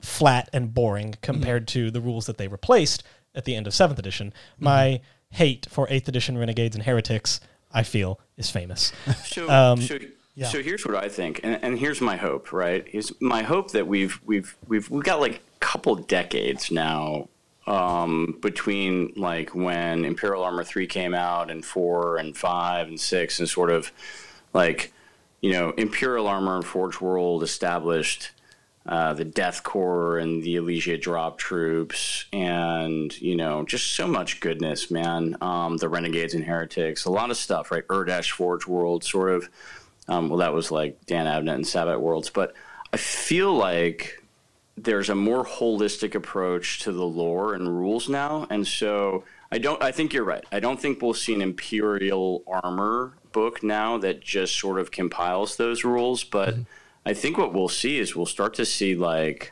flat and boring compared to the rules that they replaced at the end of seventh edition. My hate for eighth edition renegades and heretics, I feel, is famous.
So, so, so here's what I think, and, and here's my hope. Right, is my hope that we've we've we've we've got like a couple decades now um, between like when Imperial Armor three came out, and four, and five, and six, and sort of like you know Imperial Armor and Forge World established. Uh, the Death Corps and the Elysia Drop Troops, and you know, just so much goodness, man. Um, the Renegades and Heretics, a lot of stuff, right? Erdash Forge World, sort of. Um, well, that was like Dan Abnett and Sabbat Worlds, but I feel like there's a more holistic approach to the lore and rules now, and so I don't. I think you're right. I don't think we'll see an Imperial Armor book now that just sort of compiles those rules, but. I think what we'll see is we'll start to see like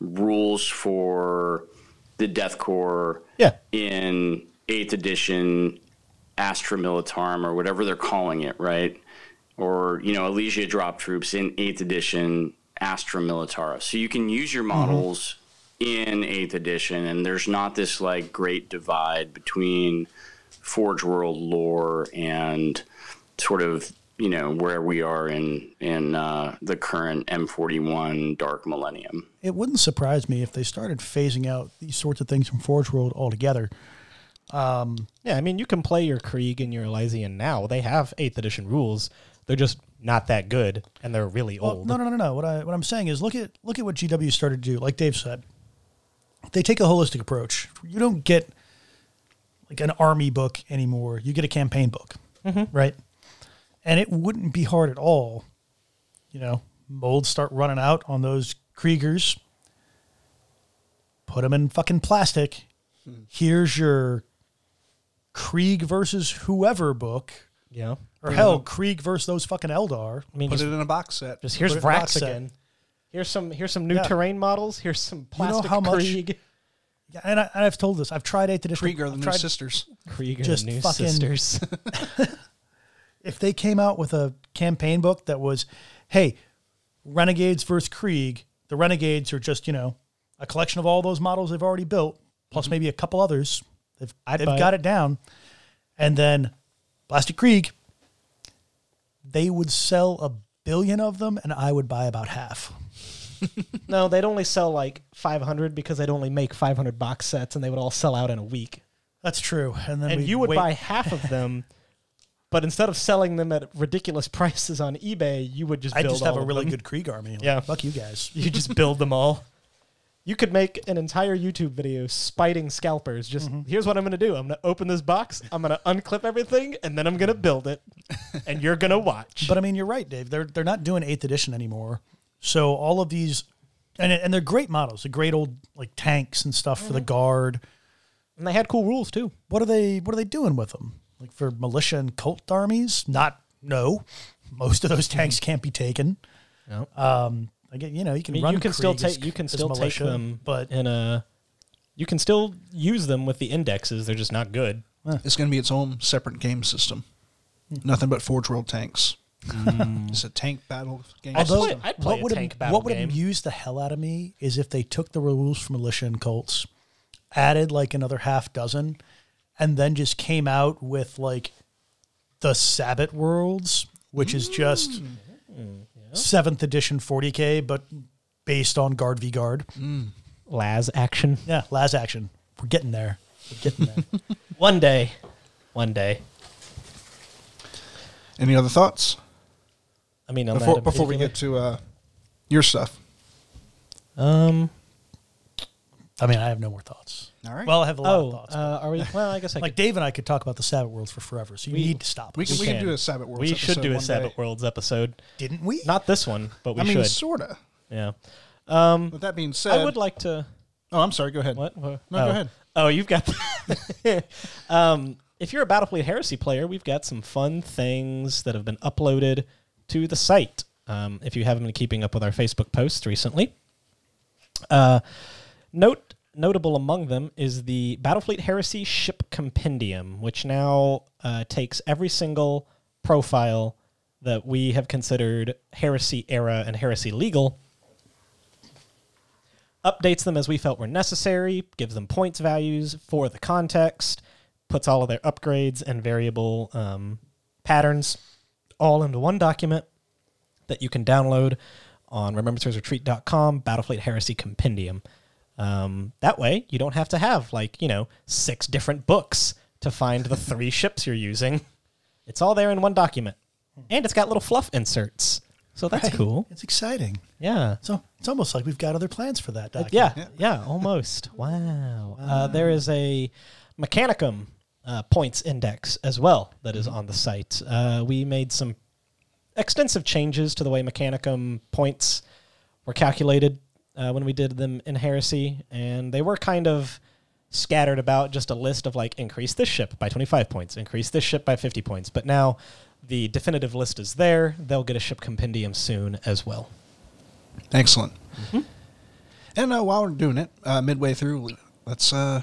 rules for the Death Corps
Yeah.
in eighth edition Astra Militarum or whatever they're calling it, right? Or, you know, Elysia drop troops in eighth edition Astra Militara. So you can use your models in eighth edition and there's not this like great divide between Forge World lore and sort of you know where we are in in uh, the current M41 Dark Millennium.
It wouldn't surprise me if they started phasing out these sorts of things from Forge World altogether.
Yeah, I mean, you can play your Krieg and your Elysian now. They have eighth edition rules. They're just not that good, and they're really
Well,
old.
no, no, no, no, no. What I what I'm saying is look at look at what GW started to do. Like Dave said, they take a holistic approach. You don't get like an army book anymore. You get a campaign book,
Mm-hmm.
right? And it wouldn't be hard at all. You know, molds start running out on those Kriegers. Put them in fucking plastic.
Hmm.
Here's your Krieg versus whoever book,
Yeah,
or hell, Krieg versus those fucking Eldar.
Hmm. I mean,
Put
just,
it in a box set.
just here's
put it in a box
Vrax
set.
again. Here's some here's some new
Yeah.
terrain models. Here's some
know
plastic
how much-
Krieg.
Yeah, and I, I've told this. I've tried eighth edition.
Krieger, the
I've
new
tried-
sisters.
Krieg are
Just
the new
fucking-
sisters.
If they came out with a campaign book that was, hey, Renegades versus Krieg, the Renegades are just you know a collection of all those models they've already built, plus maybe a couple others. They've
Mm-hmm. I'd
they've
buy
got
it.
it down, and then Plastic Krieg. They would sell a billion of them, and I would buy about half.
No, they'd only sell like 500 because they'd only make 500 box sets and they would all sell out in a week.
That's true. And then
And
we'd
you would
wait-
buy half of them, but instead of selling them at ridiculous prices on eBay, you would just
I
build
just have
all
a
of
really
them.
good Krieg army. Like,
Yeah.
fuck you guys.
You just build them all. You could make an entire YouTube video spiting scalpers. Just
Mm-hmm.
here's what I'm going to do. I'm going to open this box, I'm going to unclip everything, and then I'm going to build it. And you're going to watch.
But I mean, you're right, Dave. They're they're not doing eighth edition anymore. So all of these, and and they're great models, the great old like tanks and stuff
Mm-hmm.
for the guard.
and they had cool rules too.
What are they What are they doing with them? Like for militia and cult armies? Not no. Most of those
Mm-hmm.
tanks can't be taken.
No.
Um, I get you know you can
I mean,
run.
you can still
Krieg as-
take you can
as
still take
militia,
them,
but
in a you can still use them with the indexes. They're just not good.
It's going to be its own separate game system.
Hmm.
Nothing but Forge World tanks. it's a tank battle game.
although
play- I'd play
what
a
would
tank
have,
battle
what would
game.
have used the hell out of me is if they took the rules from militia and cults, added like another half dozen, and then just came out with like the Sabbat worlds, which is just
Mm.
seventh edition 40k, but based on guard v guard.
Mm. Laz action.
Yeah, last action. We're getting there. We're getting there.
One day, one day.
Any other thoughts
I mean, on that
before
in
before we get
particular.
to uh, your stuff?
um.
I mean, I have no more thoughts.
All right.
Well, I have a lot
Oh,
of thoughts. but-
uh, are we? Well, I guess I
like
could,
Dave and I could talk about the Sabbat worlds for forever, so you
We-
need to stop.
we
us.
can, we can do a Sabbath Worlds.
we should
episode
do a
one
Sabbath
day.
Worlds episode.
Didn't we?
Not this one, but we
I mean,
should.
sorta.
yeah.
With that being said,
I would like to.
Oh, I'm sorry. Go ahead.
What? No,
go ahead.
Oh, you've got. The um, if you're a Battlefleet Heresy player, we've got some fun things that have been uploaded to the site. Um, if you haven't been keeping up with our Facebook posts recently, Uh, Note notable among them is the Battlefleet Heresy Ship Compendium, which now uh, takes every single profile that we have considered heresy era and heresy legal, updates them as we felt were necessary, gives them points values for the context, puts all of their upgrades and variable um, patterns all into one document that you can download on remembrancersretreat.com battlefleet heresy compendium um, that way you don't have to have like you know six different books to find the three ships you're using it's all there in one document and it's got little fluff inserts so that's cool
It's exciting.
yeah
So it's almost like we've got other plans for that. document.
yeah, yeah, almost. Wow. Uh, there is a Mechanicum uh, points index as well that is on the site. Uh, we made some extensive changes to the way Mechanicum points were calculated uh, when we did them in Heresy, and they were kind of scattered about just a list of like increase this ship by 25 points, increase this ship by 50 points. But now the definitive list is there. They'll get a ship compendium soon as well.
Excellent. And uh, while we're doing it, uh, midway through, let's uh,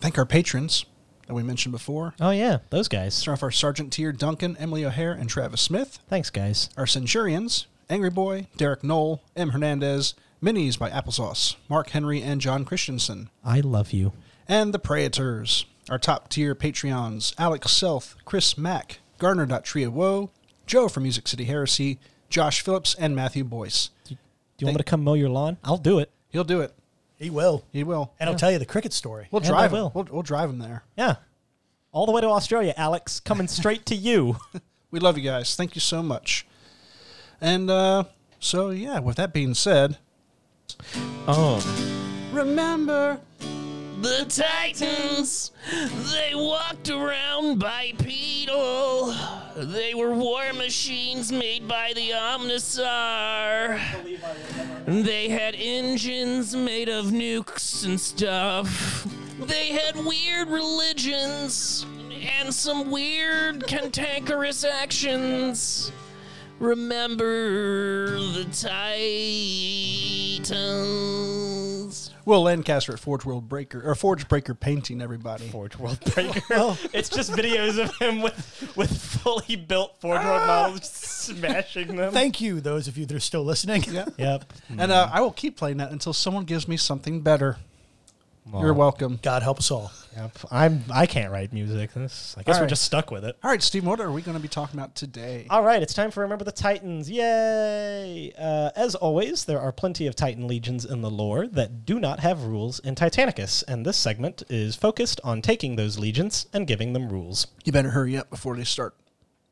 thank our patrons that we mentioned before.
Oh, yeah, those guys.
Start off our Sergeant Tier, Duncan, Emily O'Hare, and Travis Smith.
Thanks, guys.
Our Centurions, Angry Boy, Derek Knoll, M. Hernandez, Minis by Applesauce, Mark Henry, and John Christensen.
I love you.
and the Praetors. Our top tier Patreons Alex Self, Chris Mack, Garner.Trio Woe, Joe from Music City Heresy, Josh Phillips, and Matthew Boyce.
Do you want me to come mow your lawn? I'll do it.
He'll do it.
He will.
He will.
And I'll tell you the cricket story.
We'll
and I
drive him.
will.
We'll, we'll drive him there.
Yeah. All the way to Australia, Alex, coming straight to you.
We love you guys. Thank you so much. And uh, so, yeah, with that being said,
Oh.
Remember, the Titans, they walked around bipedal. They were war machines made by the Omnisar. They had engines made of nukes and stuff. They had weird religions and some weird cantankerous actions. Remember the Titans.
Will Lancaster at Forge World Breaker or Forge Breaker painting everybody.
Forge World Breaker. It's just videos of him with, with fully built Forge World models smashing them.
Thank you, those of you that are still listening.
Yeah.
yep.
And uh, I will keep playing that until someone gives me something better. You're welcome.
God help us all.
Yep. I'm I can't write music. This- I guess we're
Alright.
just stuck with it.
All right, Steve, what are we going to be talking about today?
All right, it's time for Remember the Titans. Yay! Uh, as always, there are plenty of Titan legions in the lore that do not have rules in Titanicus, and this segment is focused on taking those legions and giving them rules.
You better hurry up before they start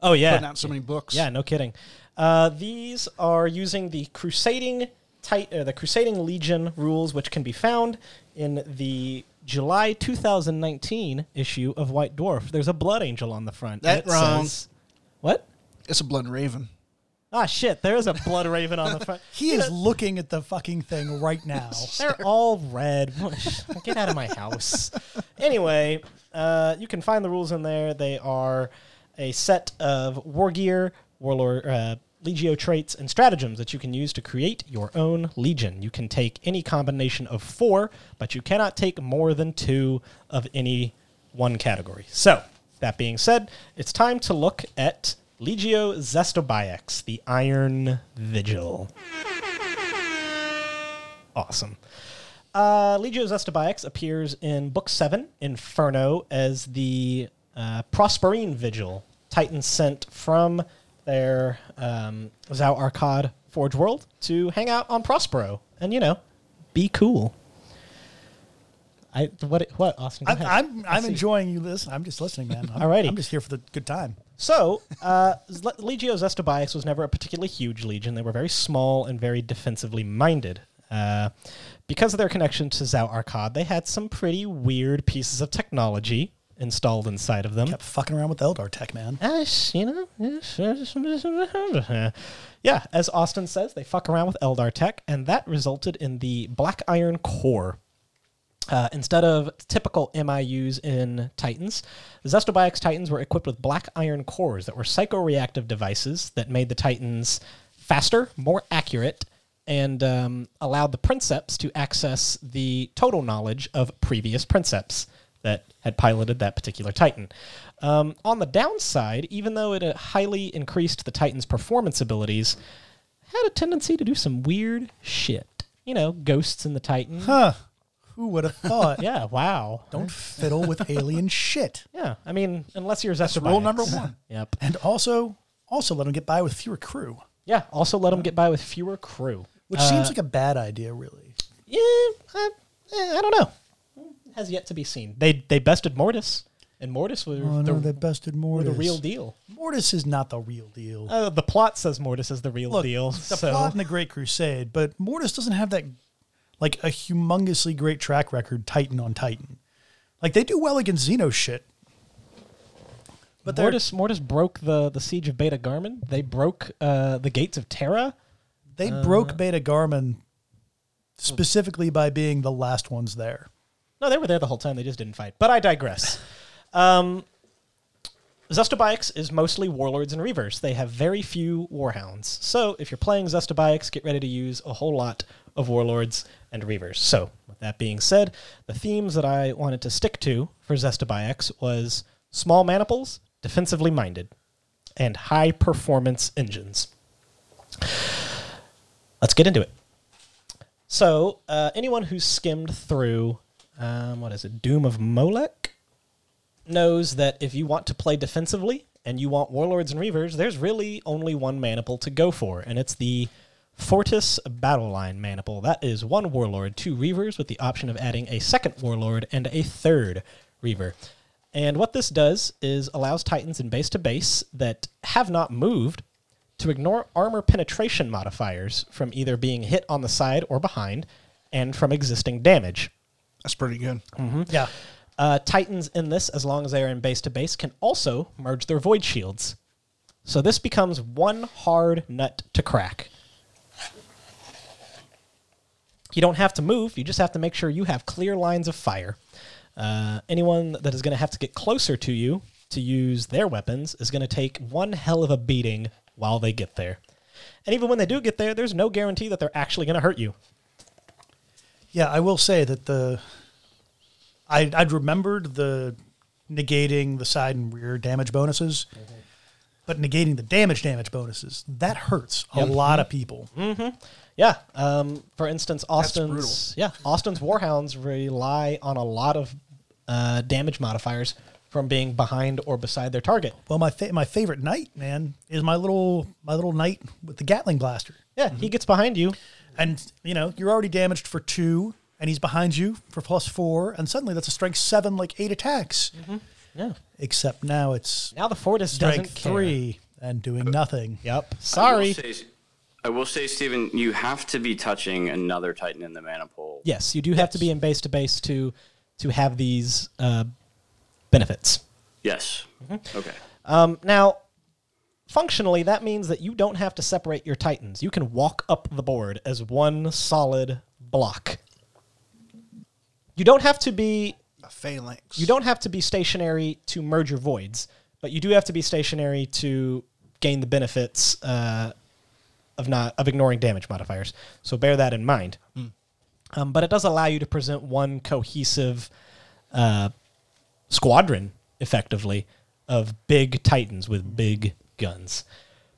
Oh, yeah.
putting out so many books.
Yeah, no kidding. Uh, these are using the crusading tit- uh, the crusading legion rules, which can be found in the July 2019 issue of White Dwarf. There's a blood angel on the front. and
That wrong.
says- what?
It's a blood raven.
Ah, shit! There is a blood raven on the front.
He is looking at the fucking thing right now.
They're all red. Get out of my house. Anyway, uh, you can find the rules in there. They are a set of war gear, warlord, uh, legio traits, and stratagems that you can use to create your own legion. You can take any combination of four, but you cannot take more than two of any one category. So, that being said, it's time to look at Legio Zestobiax, the Iron Vigil. Awesome. Uh, Legio Zestabiax appears in Book 7, Inferno, as the uh, Prosperine Vigil, Titan sent from their um, Zao Arcad Forge World to hang out on Prospero and, you know, be cool. I what what Austin? go
I'm,
ahead.
I'm, I'm
see.
enjoying you listen. I'm just listening, man. I'm,
Alrighty.
I'm just here for the good time.
So, uh, Le- Legio Zestabiax was never a particularly huge legion. They were very small and very defensively minded. Uh, because of their connection to Zao Arcad, they had some pretty weird pieces of technology installed inside of them.
Kept fucking around with Eldar Tech, man.
Uh, sh- you know, yes, yes, yes, yes. yeah. As Austin says, they fuck around with Eldar tech, and that resulted in the Black Iron Core. Uh, instead of typical MIUs in Titans, the Zestobiox Titans were equipped with black iron cores that were psychoreactive devices that made the Titans faster, more accurate, and um, allowed the princeps to access the total knowledge of previous princeps that had piloted that particular Titan. Um, on the downside, even though it uh, highly increased the Titan's performance abilities, had a tendency to do some weird shit. You know, ghosts in the Titan.
Huh. Who would have thought?
Yeah, wow.
Don't fiddle with alien shit.
Yeah, I mean, unless you're That's
rule number one.
Yep.
And also, also let them get by with fewer crew,
Yeah. Also, let them get by with fewer crew.
which seems like a bad idea, really.
Yeah, I, eh, I don't know. Has yet to be seen. They they bested Mortis, and Mortis was
Oh,
the,
no, they bested
were
Mortis.
the real deal.
Mortis is not the real deal.
Uh, the plot says Mortis is the real
Look,
deal.
The
so
plot in the Great Crusade, but Mortis doesn't have that like a humongously great track record Titan on Titan. Like they do well against Xeno shit. But they're-
Mortis Mortis broke the the siege of Beta Garmin. They broke uh, the gates of Terra.
they
Uh,
broke Beta Garmin specifically by being the last ones there.
No, they were there the whole time. They just didn't fight. But I digress. um, Zestobikes is mostly warlords and reavers. They have very few warhounds. So if you're playing Zestobikes, get ready to use a whole lot of warlords and reavers. So with that being said, the themes that I wanted to stick to for Zestobikes was small maniples, defensively minded, and high performance engines. Let's get into it. So, uh, anyone who's skimmed through, um, what is it, Doom of Molech, knows that if you want to play defensively and you want Warlords and Reavers, there's really only one maniple to go for, and it's the Fortis Battle Line maniple. That is one Warlord, two Reavers, with the option of adding a second Warlord and a third Reaver. And what this does is allows Titans in base to base that have not moved to ignore armor penetration modifiers from either being hit on the side or behind and from existing damage.
That's pretty good.
Hmm.
Yeah.
Uh, Titans in this, as long as they are in base to base, can also merge their void shields. So this becomes one hard nut to crack. You don't have to move, you just have to make sure you have clear lines of fire. Uh, anyone that is going to have to get closer to you to use their weapons is going to take one hell of a beating while they get there. And even when they do get there, there's no guarantee that they're actually going to hurt you.
Yeah, I will say that the I I'd remembered the negating the side and rear damage bonuses. But negating the damage damage bonuses, that hurts a lot of people.
Yeah. Um, for instance, Austin's yeah Austin's Warhounds rely on a lot of uh, damage modifiers from being behind or beside their target.
Well, my fa- my favorite knight, man, is my little my little knight with the Gatling blaster.
Yeah,
Mm-hmm.
he gets behind you.
And you know, you're already damaged for two, and he's behind you for plus four, and suddenly that's a strength seven, like eight attacks.
Mm-hmm. Yeah.
Except now it's
Now the Fortis
strength
doesn't care.
three and doing nothing.
Yep.
I will
Sorry.
say, I will say, Steven, you have to be touching another Titan in the maniple.
Yes, you do have to be in base to base to to have these uh, benefits.
Yes. Okay.
Um, now, functionally, that means that you don't have to separate your titans. You can walk up the board as one solid block. You don't have to be
A phalanx.
you don't have to be stationary to merge your voids, but you do have to be stationary to gain the benefits uh, of not of ignoring damage modifiers. So bear that in mind. Um, but it does allow you to present one cohesive uh, squadron, effectively, of big titans with big guns.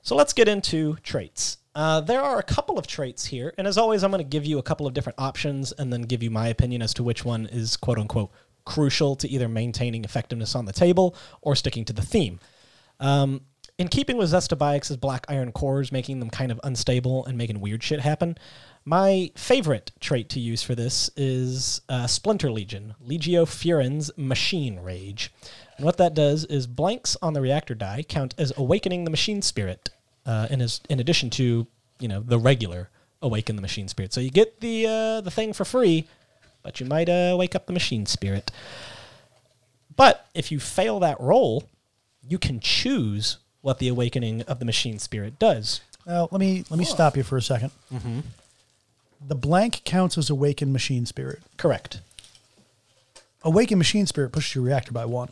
So let's get into traits. Uh, there are a couple of traits here, and as always, I'm going to give you a couple of different options and then give you my opinion as to which one is quote unquote crucial to either maintaining effectiveness on the table or sticking to the theme. Um, in keeping with Zestabikes' black iron cores, making them kind of unstable and making weird shit happen, my favorite trait to use for this is uh, Splinter Legion, Legio Furin's Machine Rage. And what that does is blanks on the reactor die count as awakening the machine spirit, uh, in, his, in addition to you know the regular awaken the machine spirit. So you get the uh, the thing for free, but you might uh, wake up the machine spirit. But if you fail that roll, you can choose what the awakening of the machine spirit does.
Now let me let me stop you for a 2nd
Mm-hmm.
The blank counts as awakened machine spirit.
Correct.
Awakened machine spirit pushes your reactor by one,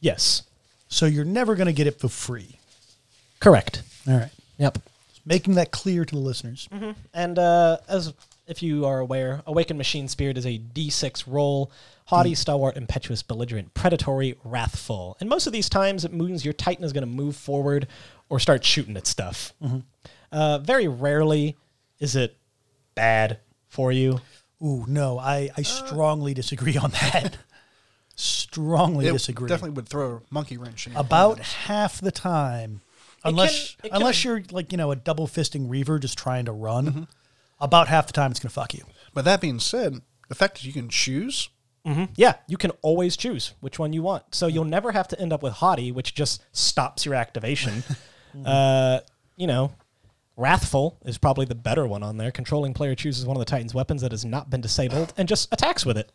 Yes.
so you're never going to get it for free.
Correct.
All right.
Yep.
making that clear to the listeners.
And uh, as if you are aware, Awakened Machine Spirit is a D6 roll. Haughty, stalwart, impetuous, belligerent, predatory, wrathful. And most of these times, it means your Titan is going to move forward or start shooting at stuff. Uh, very rarely is it bad for you.
Ooh, no, I,
uh,
I strongly disagree on that. strongly
It
disagree.
definitely would throw a monkey wrench in. your
About
plans.
half the time, unless
can- it
unless
can-
you're like you know a double fisting reaver just trying to run,
Mm-hmm.
about half the time it's gonna fuck you.
But that being said, the fact that you can choose
Yeah, you can always choose which one you want. So you'll never have to end up with haughty, which just stops your activation. uh, you know, wrathful is probably the better one on there. Controlling player chooses one of the Titan's weapons that has not been disabled and just attacks with it.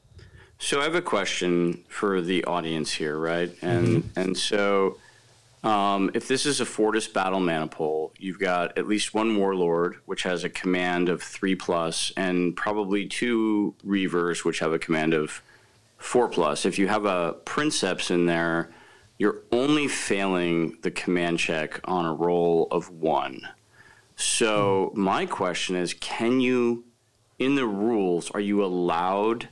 So I have a question for the audience here, right? And and so um, if this is a Fortis battle maniple, you've got at least one warlord which has a command of three plus, and probably two reavers which have a command of four plus. If you have a princeps in there, you're only failing the command check on a roll of one. So my question is, can you? In the rules, are you allowed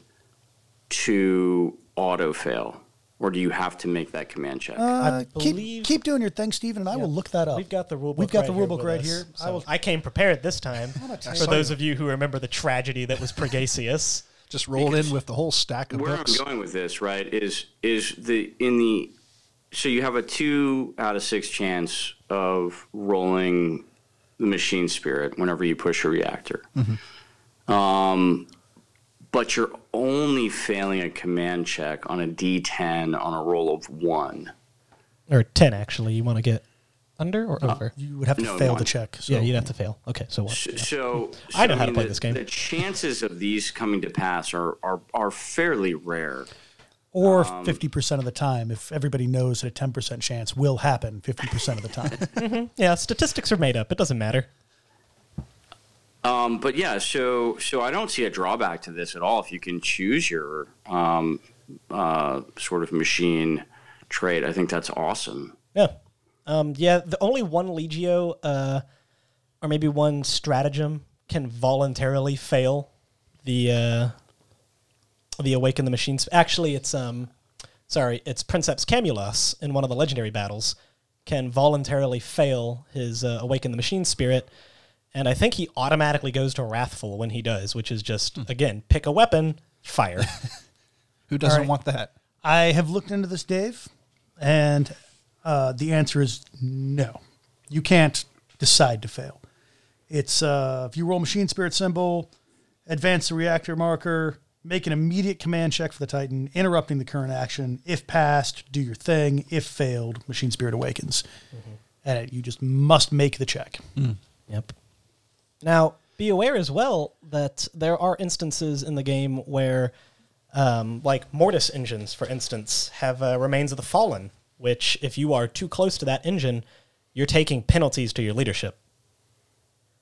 to auto fail, or do you have to make that command check?
Uh,
Uh, keep,
believe-
keep doing your thing, Steven, and I will look that up.
We've got the rule book.
We've got
right
the
here
rule book
with
right
us,
here.
so- I, came prepared this time. For those of you who remember the tragedy that was Pregasius.
just rolled in with the whole stack of
Where
books.
I'm going with this, right, is is the in the so you have a two out of six chance of rolling the machine spirit whenever you push a reactor.
Mm-hmm.
Um, but you're only failing a command check on a D10 on a roll of one.
or 10, actually, you want to get under or over?
you would have to
No,
fail
one.
the check. So
yeah, you'd have to fail. Okay, so what?
So, so
I know
so,
how to play
the-
this game.
The chances of these coming to pass are are, are fairly rare.
or
um,
fifty percent of the time, if everybody knows that a ten percent chance will happen, fifty percent of the time.
Yeah, statistics are made up. It doesn't matter.
Um, but yeah, so so I don't see a drawback to this at all. If you can choose your um, uh, sort of machine trait, I think that's awesome.
Yeah. Um, yeah, the only one Legio uh, or maybe one stratagem can voluntarily fail the uh, the Awaken the Machines. Actually, it's um sorry, it's Princeps Camulus in one of the legendary battles can voluntarily fail his uh, Awaken the Machine spirit. And I think he automatically goes to Wrathful when he does, which is just, again, pick a weapon, fire.
Who doesn't
Alright.
want that?
I have looked into this, Dave, and uh, the answer is no. You can't decide to fail. It's uh, if you roll machine spirit symbol, advance the reactor marker, make an immediate command check for the Titan, interrupting the current action. If passed, do your thing. If failed, machine spirit awakens. And it, you just must make the check.
Yep. Now, be aware as well that there are instances in the game where, um, like mortis engines, for instance, have uh, remains of the fallen. Which, if you are too close to that engine, you're taking penalties to your leadership.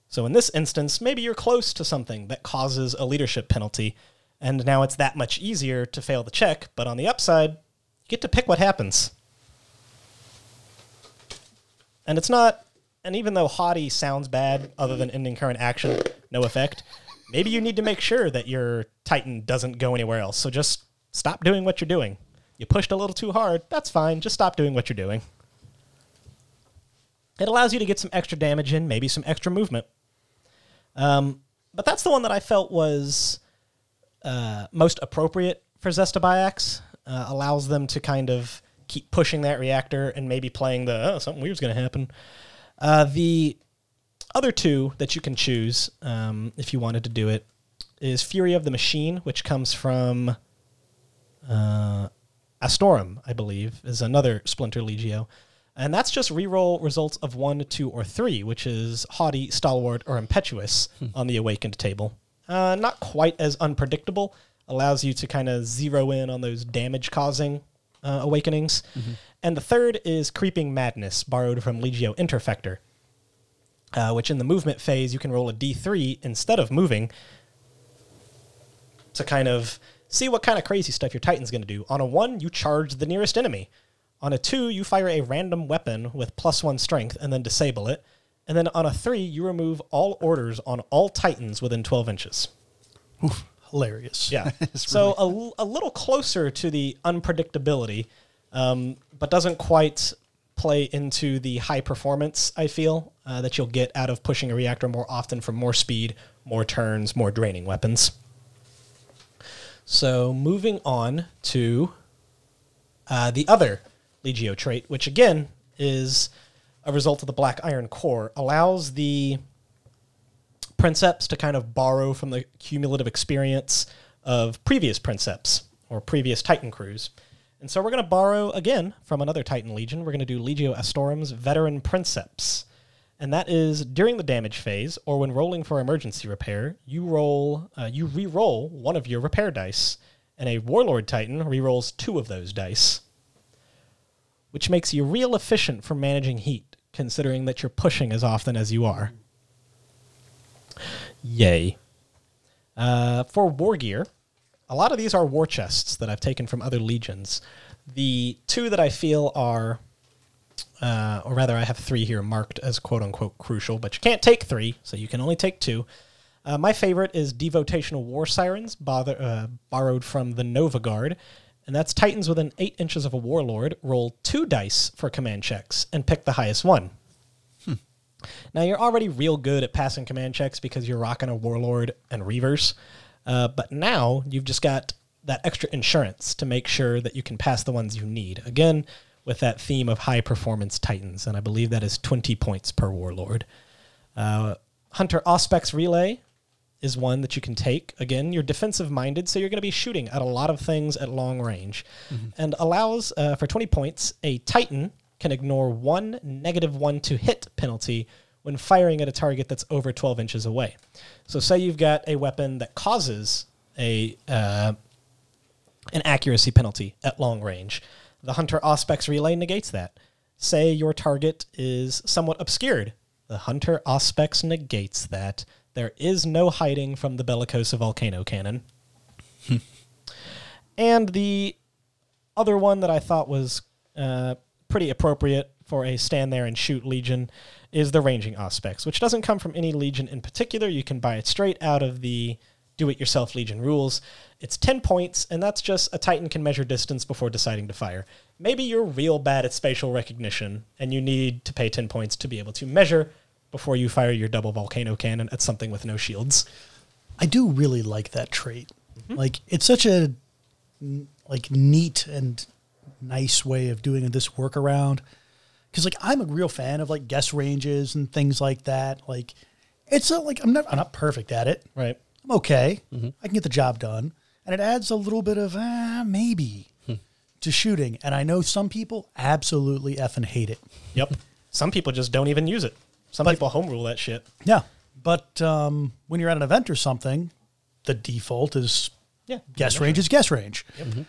So, in this instance, maybe you're close to something that causes a leadership penalty, and now it's that much easier to fail the check. But on the upside, you get to pick what happens. And it's not, and even though haughty sounds bad, other than ending current action, no effect, maybe you need to make sure that your Titan doesn't go anywhere else. So just stop doing what you're doing. You pushed a little too hard, that's fine. Just stop doing what you're doing. It allows you to get some extra damage in, maybe some extra movement. Um, but that's the one that I felt was uh, most appropriate for Zestabiax. Uh, allows them to kind of keep pushing that reactor and maybe playing the oh something weird's going to happen. Uh, the other two that you can choose um, if you wanted to do it is Fury of the Machine, which comes from uh, Astorum, I believe, is another Splinter Legio. And that's just reroll results of one, two, or three, which is haughty, stalwart, or impetuous on the awakened table. Uh, not quite as unpredictable, allows you to kind of zero in on those damage causing uh, awakenings. And the third is creeping madness, borrowed from Legio Interfector, uh, which in the movement phase, you can roll a d3 instead of moving, to kind of see what kind of crazy stuff your Titan's going to do. On a one, you charge the nearest enemy. On a two, you fire a random weapon with plus one strength and then disable it. And then on a three, you remove all orders on all Titans within 12 inches.
Hilarious.
Yeah. so a l- a, little closer to the unpredictability, um, but doesn't quite play into the high performance, I feel, uh, that you'll get out of pushing a reactor more often for more speed, more turns, more draining weapons. So moving on to uh, the other Legio trait, which again is a result of the Black Iron Core, allows the princeps to kind of borrow from the cumulative experience of previous princeps or previous Titan crews. And so we're going to borrow again from another Titan legion. We're going to do Legio Astorum's veteran princeps. And that is during the damage phase or when rolling for emergency repair, you roll uh, you re-roll one of your repair dice and a warlord titan re-rolls two of those dice. Which makes you real efficient for managing heat considering that you're pushing as often as you are. Yay. Uh, for war gear, a lot of these are war chests that I've taken from other legions. The two that I feel are, uh, or rather, I have three here marked as quote unquote crucial, but you can't take three, so you can only take two. Uh, my favorite is Devotational War Sirens, bother, uh, borrowed from the Nova Guard. And that's Titans within eight inches of a warlord roll two dice for command checks and pick the highest one. Now you're already real good at passing command checks because you're rocking a warlord and reavers, uh, but now you've just got that extra insurance to make sure that you can pass the ones you need. Again, with that theme of high performance titans, and I believe that is 20 points per warlord. Uh, Hunter Auspex Relay is one that you can take. Again, you're defensive minded, so you're going to be shooting at a lot of things at long range, and allows uh, for 20 points a Titan can ignore one negative one to hit penalty when firing at a target that's over 12 inches away. So, say you've got a weapon that causes a uh, an accuracy penalty at long range. The Hunter Auspex Relay negates that. Say your target is somewhat obscured. The Hunter Auspex negates that. There is no hiding from the Bellicosa Volcano Cannon. and the other one that I thought was uh, pretty appropriate for a stand there and shoot Legion is the ranging aspects, which doesn't come from any Legion in particular. You can buy it straight out of the do it yourself Legion rules. It's 10 points, and that's just a Titan can measure distance before deciding to fire. Maybe you're real bad at spatial recognition, and you need to pay 10 points to be able to measure before you fire your double volcano cannon at something with no shields.
I do really like that trait. Like it's such a n- like neat and nice way of doing this workaround. Because like I'm a real fan of like guess ranges and things like that. Like it's not like I'm not I'm not perfect at it.
Right.
I'm okay. I can get the job done, and it adds a little bit of ah maybe to shooting. And I know some people absolutely effing hate it.
Yep. Some people just don't even use it. Some people home rule that shit.
Yeah, but um, when you're at an event or something, the default is
Yeah.
guess range is guess range.
Mm-hmm.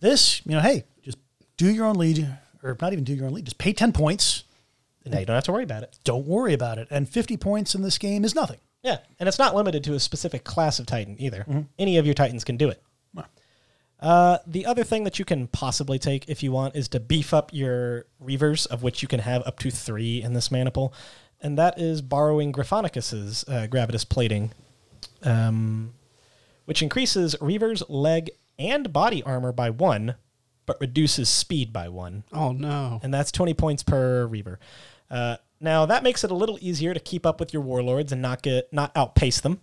This, you know, hey, just do your own lead, or not even do your own lead. Just pay ten points.
Now you don't have to worry about it.
Don't worry about it. And fifty points in this game is nothing.
Yeah, and it's not limited to a specific class of Titan either. Any of your Titans can do it. Uh, the other thing that you can possibly take if you want is to beef up your Reavers, of which you can have up to three in this maniple, and that is borrowing Griffonicus's uh, Gravitas plating, um, which increases Reavers' leg and body armor by one, but reduces speed by one
Oh no.
and that's 20 points per reaver. Uh, now that makes it a little easier to keep up with your warlords and not get not outpace them.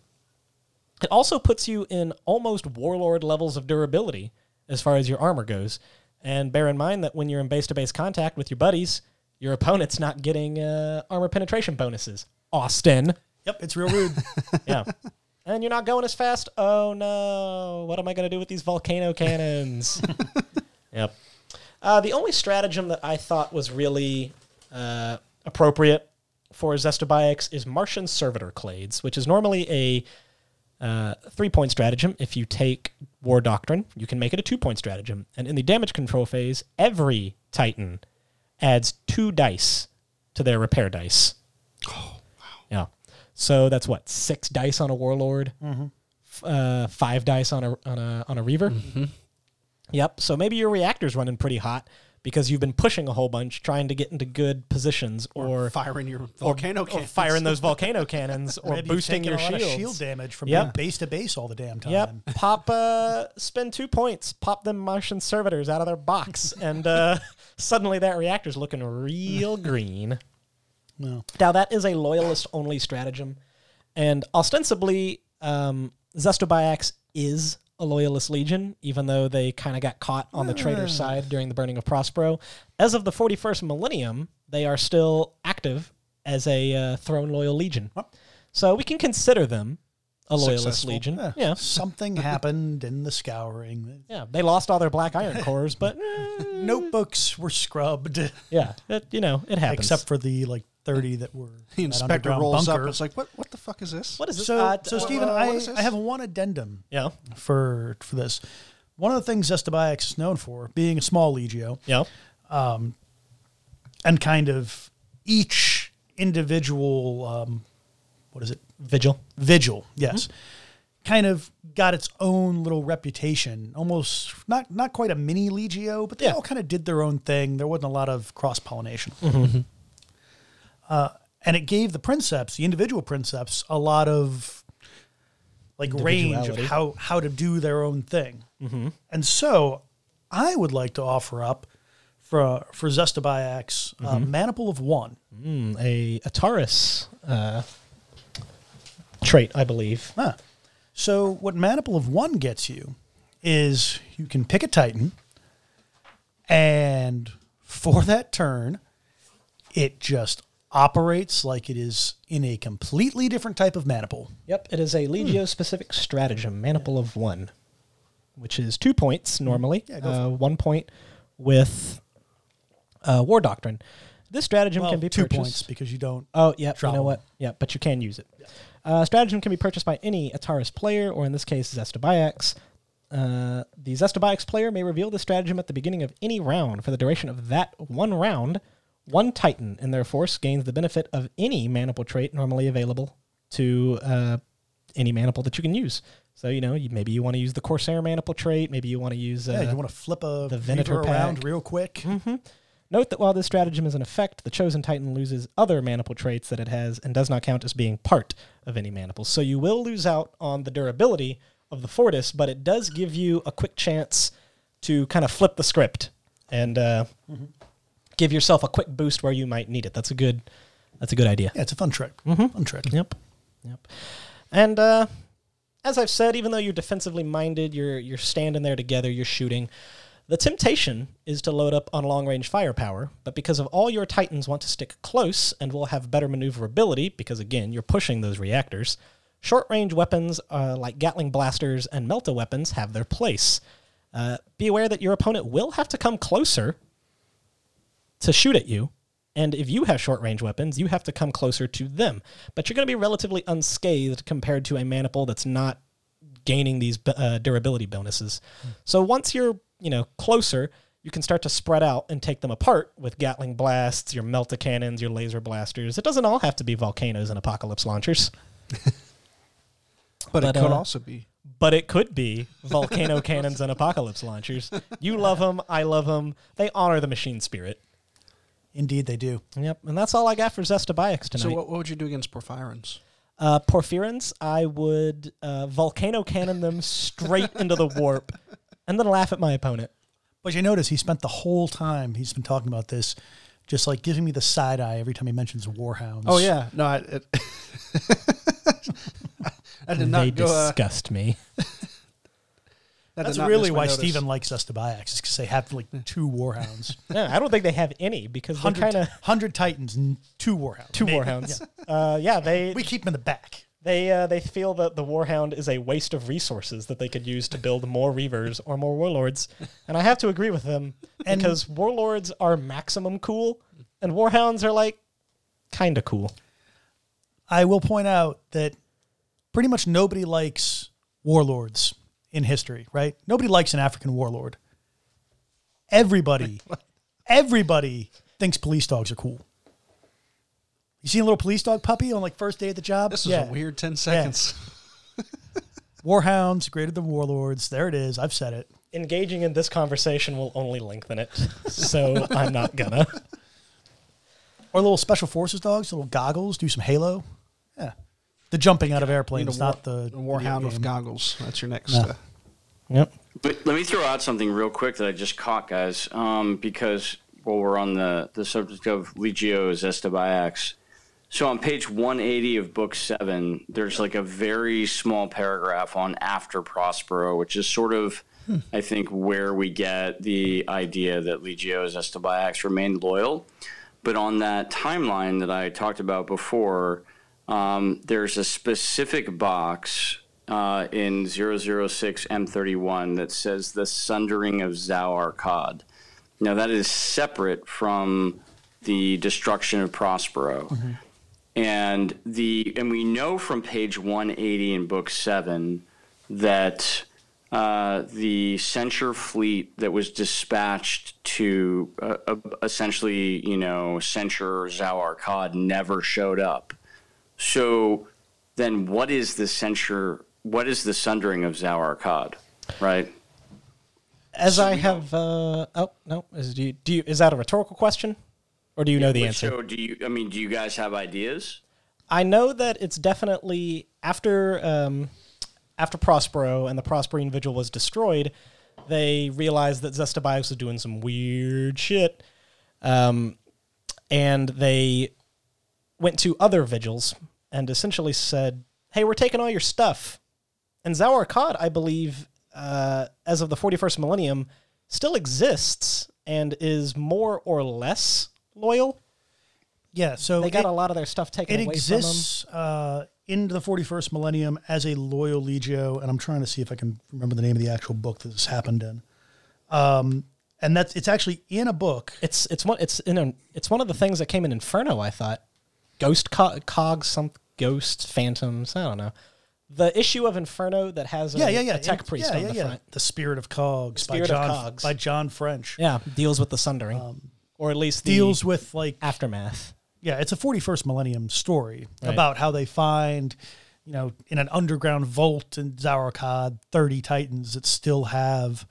It also puts you in almost warlord levels of durability as far as your armor goes. And bear in mind that when you're in base-to-base contact with your buddies, your opponent's not getting uh, armor penetration bonuses. Austin,
Yep, it's real rude.
yeah. And you're not going as fast. Oh no! What am I going to do with these volcano cannons? Yep. Uh, the only stratagem that I thought was really uh, appropriate for Zestobiox is Martian Servitor Clades, which is normally a uh, three point stratagem. If you take War Doctrine, you can make it a two point stratagem. And in the damage control phase, every Titan adds two dice to their repair dice. Oh, wow. Yeah. So that's what? Six dice on a Warlord,
Mm-hmm.
f- uh,
Mm-hmm.
five dice on a, on a, on a Reaver? Yep. So maybe your reactor's running pretty hot, because you've been pushing a whole bunch trying to get into good positions or,
firing your volcano
or
cannons.
firing those volcano cannons or
Maybe
boosting
taking
your
a lot of
shields.
shield damage from
Yep.
being base to base all the damn time.
Yep. Pop, uh, spend two points, pop them Martian servitors out of their box, and uh, suddenly that reactor's looking real green.
No.
Now, that is a loyalist only stratagem, and ostensibly, um, Zestobiax is a loyalist legion, even though they kind of got caught on the traitor side during the burning of Prospero. As of the 41st millennium, they are still active as a uh, throne loyal legion. So we can consider them a loyalist
Successful.
legion.
Yeah.
yeah.
Something happened in the scouring.
Yeah, they lost all their black iron cores, but eh,
Notebooks were scrubbed,
yeah, it, you know, it happens.
except for the like 30 that were.
The
that
inspector
underground
rolls up.
bunker.
and It's like, what? What the fuck is this?
what is this?
so,
Uh,
so
uh,
Stephen,
uh, what
I,
is this?
I have one addendum
yeah,
for for this. One of the things Zestabiax is known for, being a small legio,
yeah,
and kind of each individual, um, what is it,
vigil.
vigil yes
Mm-hmm.
kind of got its own little reputation almost not not quite a mini legio but they
Yeah.
all kind of did their own thing there wasn't a lot of cross pollination
Mm-hmm.
uh, and it gave the princeps the individual princeps a lot of like range of
Individuality. Mm-hmm.
how how to do their own thing and so i would like to offer up for for zestabiax uh,
Mm-hmm.
maniple of one
Mm, a a Taurus uh, trait, I believe.
Huh. So what Maniple of One gets you is you can pick a Titan, and for that turn, it just operates like it is in a completely different type of maniple.
Yep, it is a legio specific stratagem, maniple of one, which is two points normally.
go
uh, one point with uh, war doctrine. This stratagem can be
two
purchased.
points because you don't.
Oh, yeah. You
Travel.
know what? Yeah, but you can use it. Uh, stratagem can be purchased by any Ataris player, or in this case, Zestobiax. Uh, the Zestobiax player may reveal the stratagem at the beginning of any round. For the duration of that one round, one Titan in their force gains the benefit of any maniple trait normally available to uh, any maniple that you can use. So, you know, you, maybe you want to use the Corsair maniple trait. Maybe you want to use. Uh,
yeah, you want to flip a
the
the
Venator
around
pack. Mm-hmm.
real quick.
Note that while this stratagem is in effect, the chosen titan loses other maniple traits that it has and does not count as being part of any maniple. So you will lose out on the durability of the Fortis, but it does give you a quick chance to kind of flip the script and uh, give yourself a quick boost where you might need it. That's a good. That's a good idea.
Yeah, it's a fun trick. Fun trick.
Mm-hmm. Yep. Yep. And uh, as I've said, even though you're defensively minded, you're you're standing there together, you're shooting. The temptation is to load up on long range firepower, but because of all your Titans want to stick close and will have better maneuverability, because again, you're pushing those reactors, short range weapons uh, like Gatling blasters and Melta weapons have their place. Uh, be aware that your opponent will have to come closer to shoot at you. And if you have short range weapons, you have to come closer to them. But you're going to be relatively unscathed compared to a maniple that's not gaining these b- uh, durability bonuses. So once you're, you know, closer, you can start to spread out and take them apart with Gatling blasts, your melta cannons, your laser blasters. It doesn't all have to be volcanoes and apocalypse launchers,
But,
But,
it could
uh,
also be.
but it could be volcano cannons and apocalypse launchers. You love them, I love them. They honor the machine spirit.
Indeed, they do.
Yep, and that's all I got for Zestabiax tonight.
So what, what would you do against Porphyrins?
Uh, Porphyrins, I would uh, volcano cannon them straight into the warp and then laugh at my opponent.
But you notice he spent the whole time he's been talking about this, just like giving me the side eye every time he mentions warhounds.
Oh yeah, no, I, it, I did
They
not go. Uh,
disgust me.
that did
That's
not
really
miss my
why
notice.
Steven likes us to buy X, because they have like two warhounds.
No, I don't think they have any because they're
100,
kind of
100 Titans and two warhounds.
two
Maybe.
warhounds. Uh, yeah, they
We keep them in the back.
they uh, they feel that the warhound is a waste of resources that they could use to build more reavers or more warlords, and I have to agree with them
And-
because warlords are maximum cool and warhounds are like kind of cool.
I will point out that pretty much nobody likes warlords in history, right? Nobody likes an African warlord. Everybody, everybody thinks police dogs are cool. You see a little police dog puppy on like first day at the job?
This was a weird ten seconds.
Warhounds greater than warlords. There it is. I've said it.
engaging in this conversation will only lengthen it. So I'm not gonna.
Or little special forces dogs, little goggles, do some Halo. Yeah. The jumping out of airplanes, not the
a warhound
video
with
game.
goggles. That's your next.
No.
Uh,
Yep.
But let me throw out something real quick that I just caught, guys, um, because while we're on the, the subject of Legio's Estabax, so on page 180 of book seven, there's like a very small paragraph on after Prospero, which is sort of, I think, where we get the idea that Legio's Estabax remained loyal. But on that timeline that I talked about before, um, there's a specific box uh, in 006 M31 that says the sundering of Zao Arcad. Now, that is separate from the destruction of Prospero. And the and we know from page 180 in book 7 that uh, the censure fleet that was dispatched to uh, uh, essentially, you know, censure Zao Arcad never showed up. So then what is the censure? What is the sundering of Zao Arcad, right?
As I have. Uh, oh no. Is do you, do you, is that a rhetorical question, or do you know the answer?
So do you, I mean, do you guys have ideas?
I know that it's definitely after um, after Prospero and the Prosperine Vigil was destroyed, they realized that Zestabios was doing some weird shit, um, and they went to other vigils and essentially said, "Hey, we're taking all your stuff." And Zawar Khan, I believe, uh, as of the 41st millennium, still exists and is more or less loyal.
Yeah, so
They got
it-
a lot of their stuff taken
it
away from them.
exists uh, into the 41st millennium as a loyal legio and i'm trying to see if i can remember the name of the actual book that this happened in um, and that's it's actually in a book
It's it's one it's in a, it's one of the things that came in Inferno. I thought ghost co- cogs some ghosts phantoms. I don't know the issue of Inferno that has a,
yeah yeah yeah
a tech
It-
priest
yeah,
on
yeah,
the
yeah.
front.
the spirit of cogs by
Spirit of
john
Cogs.
by john french
Yeah, deals with the sundering, or at least the
Um, deals with like
aftermath.
yeah it's a 41st millennium story
Right.
about how they find you know in an underground vault in Zarokad 30 titans that still have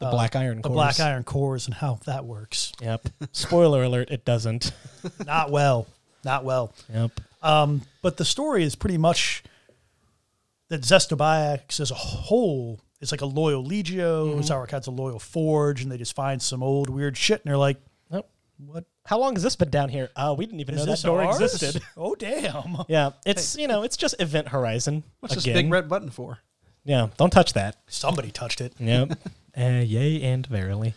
The black iron.
uh, the
cores.
black iron cores and how that works
Yep. Spoiler alert: It doesn't.
not well not well
Yep.
but the story is pretty much that Zestobiax as a whole is like a loyal legio,
Mm-hmm.
Zarkad's a loyal forge, and they just find some old weird shit, and they're like,
Yep.
"What
How long has this been down here? Uh, we didn't even
is
know
this
that door
ours?
existed.
Oh damn!
Yeah, it's you know it's just Event Horizon
what's
again.
this big red button for?
yeah, don't touch that.
Somebody touched it."
Yep. uh, yay and verily.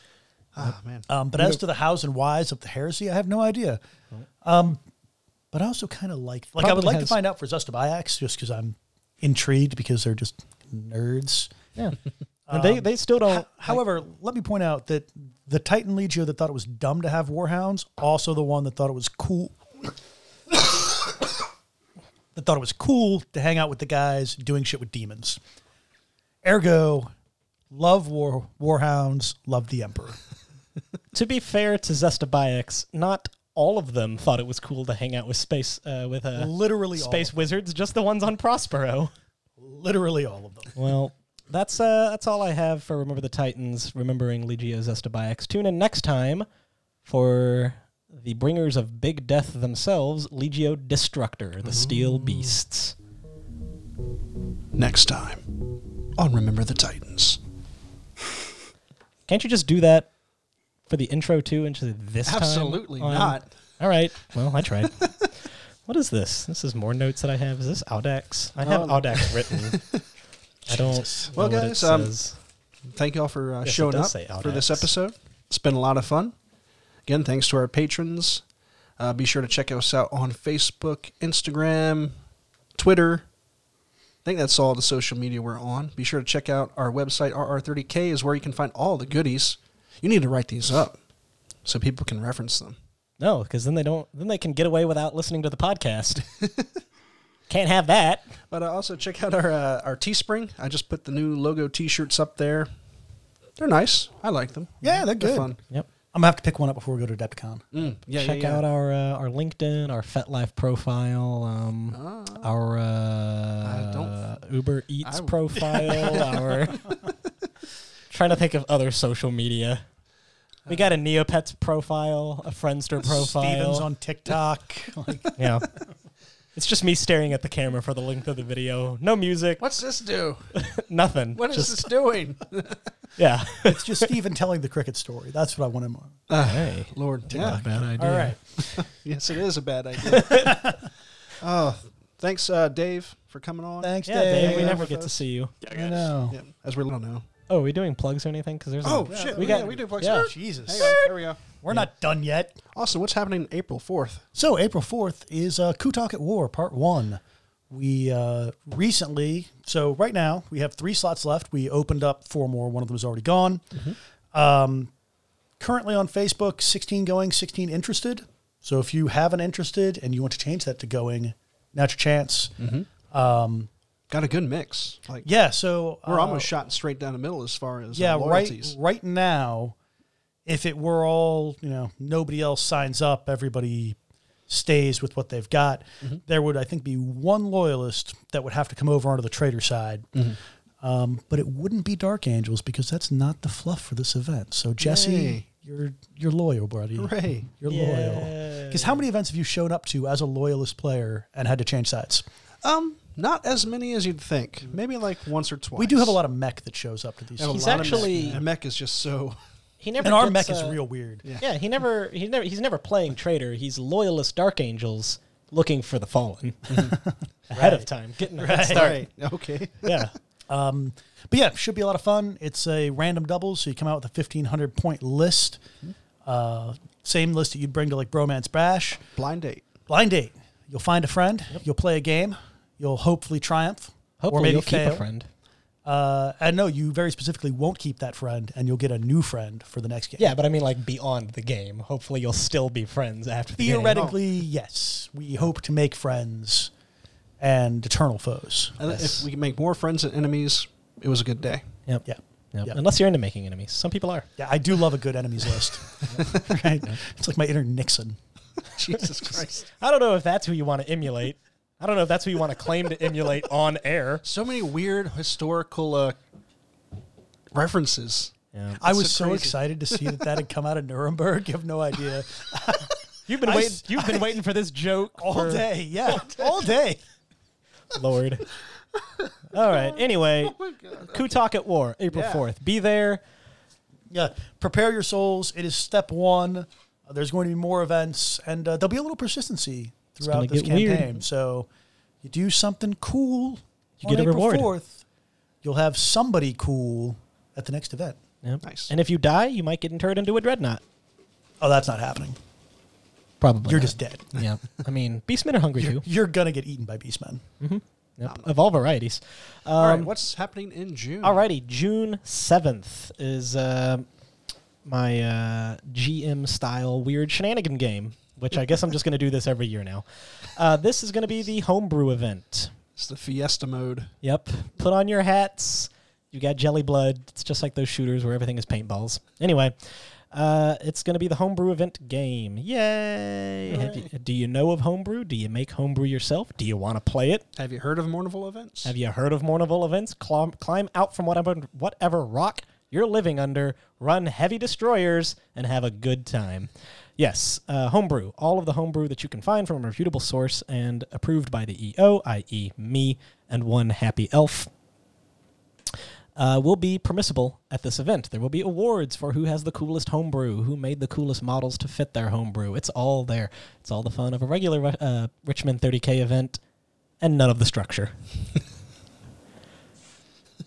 Ah man,
Um, but as to the hows and whys of the heresy, I have no idea. Um, but I also kind of like, like I would
Probably
like to
has-
find out for Zestobiax just because I'm intrigued because they're just nerds.
Yeah. And they, they still don't.
However, let me point out that the Titan Legio that thought it was dumb to have warhounds, also the one that thought it was cool. that thought it was cool to hang out with the guys doing shit with demons. Ergo, love war warhounds, love the emperor.
to be fair to Zestabiax, not all of them thought it was cool to hang out with space uh, with uh,
Literally all
space
of
wizards, just the ones on Prospero.
Literally all of them.
Well, that's uh, that's all I have for Remember the Titans. Remembering Legio Zestabiax. Tune in next time for the bringers of big death themselves, Legio Destructor, the Steel Beasts.
next time on Remember the Titans.
Can't you just do that for the intro too? And just this time
Absolutely
on-
not.
All right. Well, I tried. what is this? This is more notes that I have. Is this Audax? I have
Um,
Audax written. I don't.
Well,
know what it
guys, um,
says.
Thank you all for uh,
Yes, it
showing
does
up
say
for this
Audax.
episode. It's been a lot of fun. Again, thanks to our patrons. Uh, be sure to check us out on Facebook, Instagram, Twitter. I think that's all the social media we're on. Be sure to check out our website, RR30K, is where you can find all the goodies. You need to write these up so people can reference them.
no, because then they don't. Then they can get away without listening to the podcast. Can't have that.
But uh, also check out our uh, our Teespring. I just put the new logo T-shirts up there. They're nice. I like them.
Yeah, they're good.
Yep.
I'm gonna have to pick one up before we go to Depicon.
Mm, Yeah,
Check out our uh, our LinkedIn, our FetLife profile, um, our uh,
Ah. don't-
Uber Eats
I-
profile, our Trying to think of other social media. We got a Neopets profile, a Friendster profile.
Stevens on TikTok. Like,
Yeah. It's just me staring at the camera for the length of the video. No music,
What's this do?
nothing.
What is
just,
this doing?
Yeah.
it's just Steven telling the cricket story. That's what I want him on.
hey.
Lord, yeah.
Bad idea.
All right.
yes, it is a bad idea. oh, thanks, uh, Dave, for coming on.
Thanks,
Yeah, Dave, we
Dave.
never
with
get to
us.
see you.
Yeah,
I
guys.
know.
Yeah, as we don't know.
Oh, are we doing plugs or anything? Because there's
Oh
a,
shit,
we
we
got
got we do plugs.
yeah.
Jesus.
Hey, there we go.
We're not done yet.
Also, what's happening April fourth?
So April fourth is uh, Kutok at War Part One. We uh, recently, so right now we have three slots left. We opened up four more. One of them is already gone.
Mm-hmm.
Um, currently on Facebook, sixteen going, sixteen interested. So if you haven't interested and you want to change that to going, now's your chance.
Mm-hmm. Got a good mix. Like
Yeah. So
we're
uh,
almost shot straight down the middle as far as
yeah
uh,
right
loyalties.
right now. If it were all you know, nobody else signs up. Everybody stays with what they've got,
Mm-hmm.
there would, I think, be one loyalist that would have to come over onto the trader side.
Mm-hmm.
Um, but it wouldn't be Dark Angels because that's not the fluff for this event. So Jesse,
Yay.
you're you're loyal, buddy.
Hooray.
You're loyal. Because how many events have you shown up to as a loyalist player and had to change sides?
Um, not as many as you'd think. Maybe like once or twice.
We do have a lot of mech that shows up to these.
Have a
things.
He's
lot of
actually-
mech. mech is just so.
He never
And our
gets,
mech is
uh,
real weird.
Yeah, he never he never he's never playing traitor. He's loyalist dark angels looking for the fallen
Mm-hmm.
ahead of time, getting a head start.
Right. Okay.
Yeah.
But yeah, should be a lot of fun. It's a random doubles, so you come out with a fifteen hundred point list. Uh, same list that you'd bring to like Bromance Bash,
Blind date.
blind date. You'll find a friend. You'll play a game. You'll hopefully triumph.
Hopefully
maybe
you'll keep
fail.
a friend.
Uh, and no, you very specifically won't keep that friend, and you'll get a new friend for the next game.
Yeah, but I mean like beyond the game. Hopefully you'll still be friends after the game.
theoretically, yes. We hope to make friends and eternal foes.
And If we can make more friends than enemies, it was a good day.
Oh. Yep.
Yeah,
Yep.
Yep.
Unless you're into making enemies. Some people are.
yeah. I do love a good enemies list. right? It's like my inner Nixon.
Jesus Christ.
I don't know if that's who you want to emulate. I don't know if that's who you want to claim to emulate on air.
So many weird historical uh, references.
Yeah.
I was
so
so,
crazy.
excited to see that that had come out of Nuremberg. You have no idea.
You've been
I
waiting
s-
you've been waiting for this joke
All
for-
day, yeah, all day.
Lord. Oh All right. Anyway, Kutok at War, April
Yeah.
4th. Be there.
Yeah, prepare your souls. It is step one. Uh, there's going to be more events, and uh, there'll be a little persistency
gonna
throughout this
get weird.
campaign. So, you do something cool,
You
on
get a
April
reward.
Fourth, you'll have somebody cool at the next event.
Nice.
And if you die, you might get interred into a dreadnought.
Oh, that's not happening.
Probably.
You're
not.
just dead.
Yeah. I mean, beastmen are hungry too.
You're gonna get eaten by beastmen.
Yep. Of all varieties.
All right. What's happening in June?
Alrighty, June seventh is uh, my uh, GM style weird shenanigan game, which I guess I'm just going to do this every year now. Uh, this is going to be the homebrew event.
It's the Fiesta mode.
Yep, put on your hats. You got jelly blood. It's just like those shooters where everything is paintballs. Anyway, uh, it's going to be the homebrew event game. Yay! Have you- do you know of homebrew? Do you make homebrew yourself? Do you want to play it?
Have you heard of Mournival events?
Have you heard of Mournival events? Climb, climb out from whatever, whatever rock you're living under, run heavy destroyers, and have a good time. Yes, uh, homebrew. All of the homebrew that you can find from a reputable source and approved by the EO, i.e., me and one happy elf, uh, will be permissible at this event. There will be awards for who has the coolest homebrew, who made the coolest models to fit their homebrew. It's all there. It's all the fun of a regular uh, Richmond 30K event and none of the structure.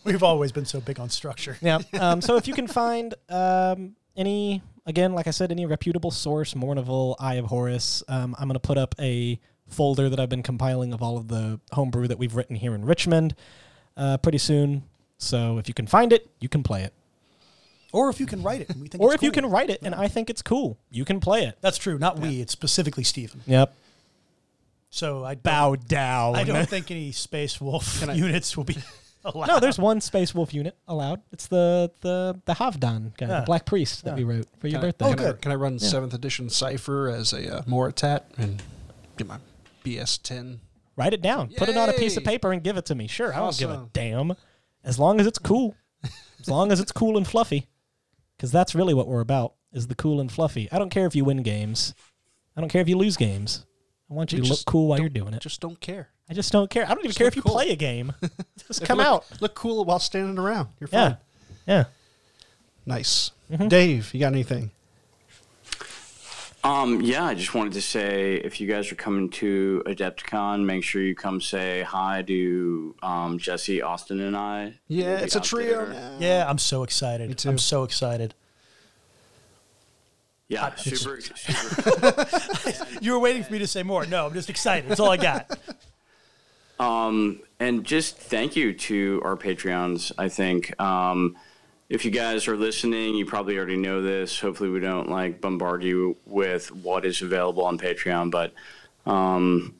We've always been so big on structure.
Yeah. Um, so if you can find um, any, again, like I said, any reputable source, Mournival, Eye of Horus, um, I'm going to put up a folder that I've been compiling of all of the homebrew that we've written here in Richmond uh, pretty soon. So if you can find it, you can play it.
Or if you can write it, and we think.
Or
it's
if you
cool.
can write it and I think it's cool, you can play it.
That's true. Not we. It's specifically Stephen.
Yep.
So I bow.
Bow down.
I don't think any space wolf units will be allowed.
No, there's one Space Wolf unit allowed. It's the the the Havdan guy, the
Yeah.
Black Priest that
Ah.
we wrote for your
Uh, Can I-
birthday.
Can, I, can I run seventh edition cipher as a uh, Moritat and get my BS ten?
Write it down. Put it on a piece of
Yay.
paper and give it to me. Sure, I don't give a
Awesome.
damn. As long as it's cool. as long as it's cool and fluffy, because that's really what we're about is the cool and fluffy. I don't care if you win games, I don't care if you lose games. I want you
You
to look
just
cool while
don't-
you're doing it.
Just don't care.
I just don't care. I don't even care
look
if you
cool.
play a game. just
If
come
you
out.
look, Look cool while standing around. You're fine.
Yeah, Mm-hmm. yeah.
Nice. Dave, you got anything?
Um, yeah, I just wanted to say if you guys are coming to Adepticon, make sure you come say hi to um, Jesse, Austin, and I.
Yeah,
We'll be
it's a
out
trio
there.
now.
Yeah, I'm so excited.
Me too.
I'm so excited.
Yeah, super, super.
You were waiting for me to say more. No, I'm just excited. That's all I got.
and just thank you to our patreons i think um, if you guys are listening you probably already know this hopefully we don't like bombard you with what is available on patreon but um,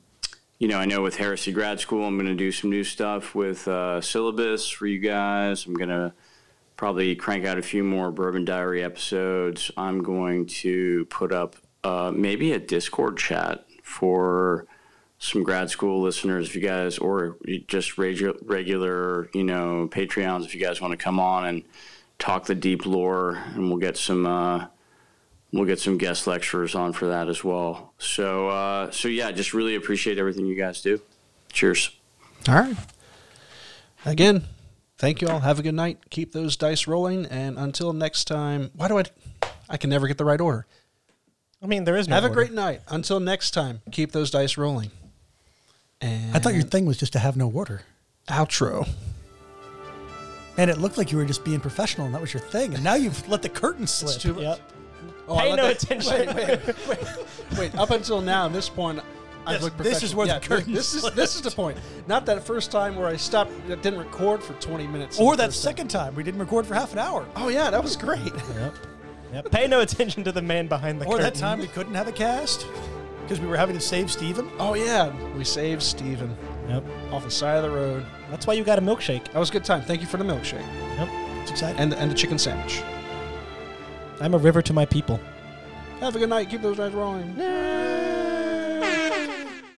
you know i know with heresy grad school i'm going to do some new stuff with uh, syllabus for you guys i'm going to probably crank out a few more bourbon diary episodes i'm going to put up uh, maybe a discord chat for some grad school listeners, if you guys, or just regu- regular, you know, Patreons, if you guys want to come on and talk the deep lore, and we'll get some, uh, we'll get some guest lecturers on for that as well. So, uh, so yeah, just really appreciate everything you guys do. Cheers.
All right. Again, thank you all. Have a good night. Keep those dice rolling. And until next time, why do I. I can never get the right order.
I mean, there is no.
Have a
order.
great night. Until next time, keep those dice rolling. And
I thought your thing was just to have no order.
outro.
And it looked like you were just being professional and that was your thing. And now you've let the curtain slip.
Too-
Yep.
oh, I
Pay
let
no
that-
attention.
Wait, wait, wait, wait. Up until now, at this point, I
This-
look
this is
professional.
where the
Yeah, thi-
curtain
This is
slipped.
this is the point. Not that first time where I stopped, that didn't record for twenty minutes.
Or
the
that
first time.
second time we didn't record for half an hour.
Oh yeah, that was great.
Yep. Yep. Pay no attention to the man behind the
Or
curtain.
that time we couldn't have a cast because we were having to save Steven.
Oh yeah, we saved Steven
Yep.
off the side of the road.
That's why you got a milkshake.
That was a good time. Thank you for the milkshake
Yep.
It's exciting.
and and the chicken sandwich.
I'm a river to my people.
Have a good night. Keep those dice rolling.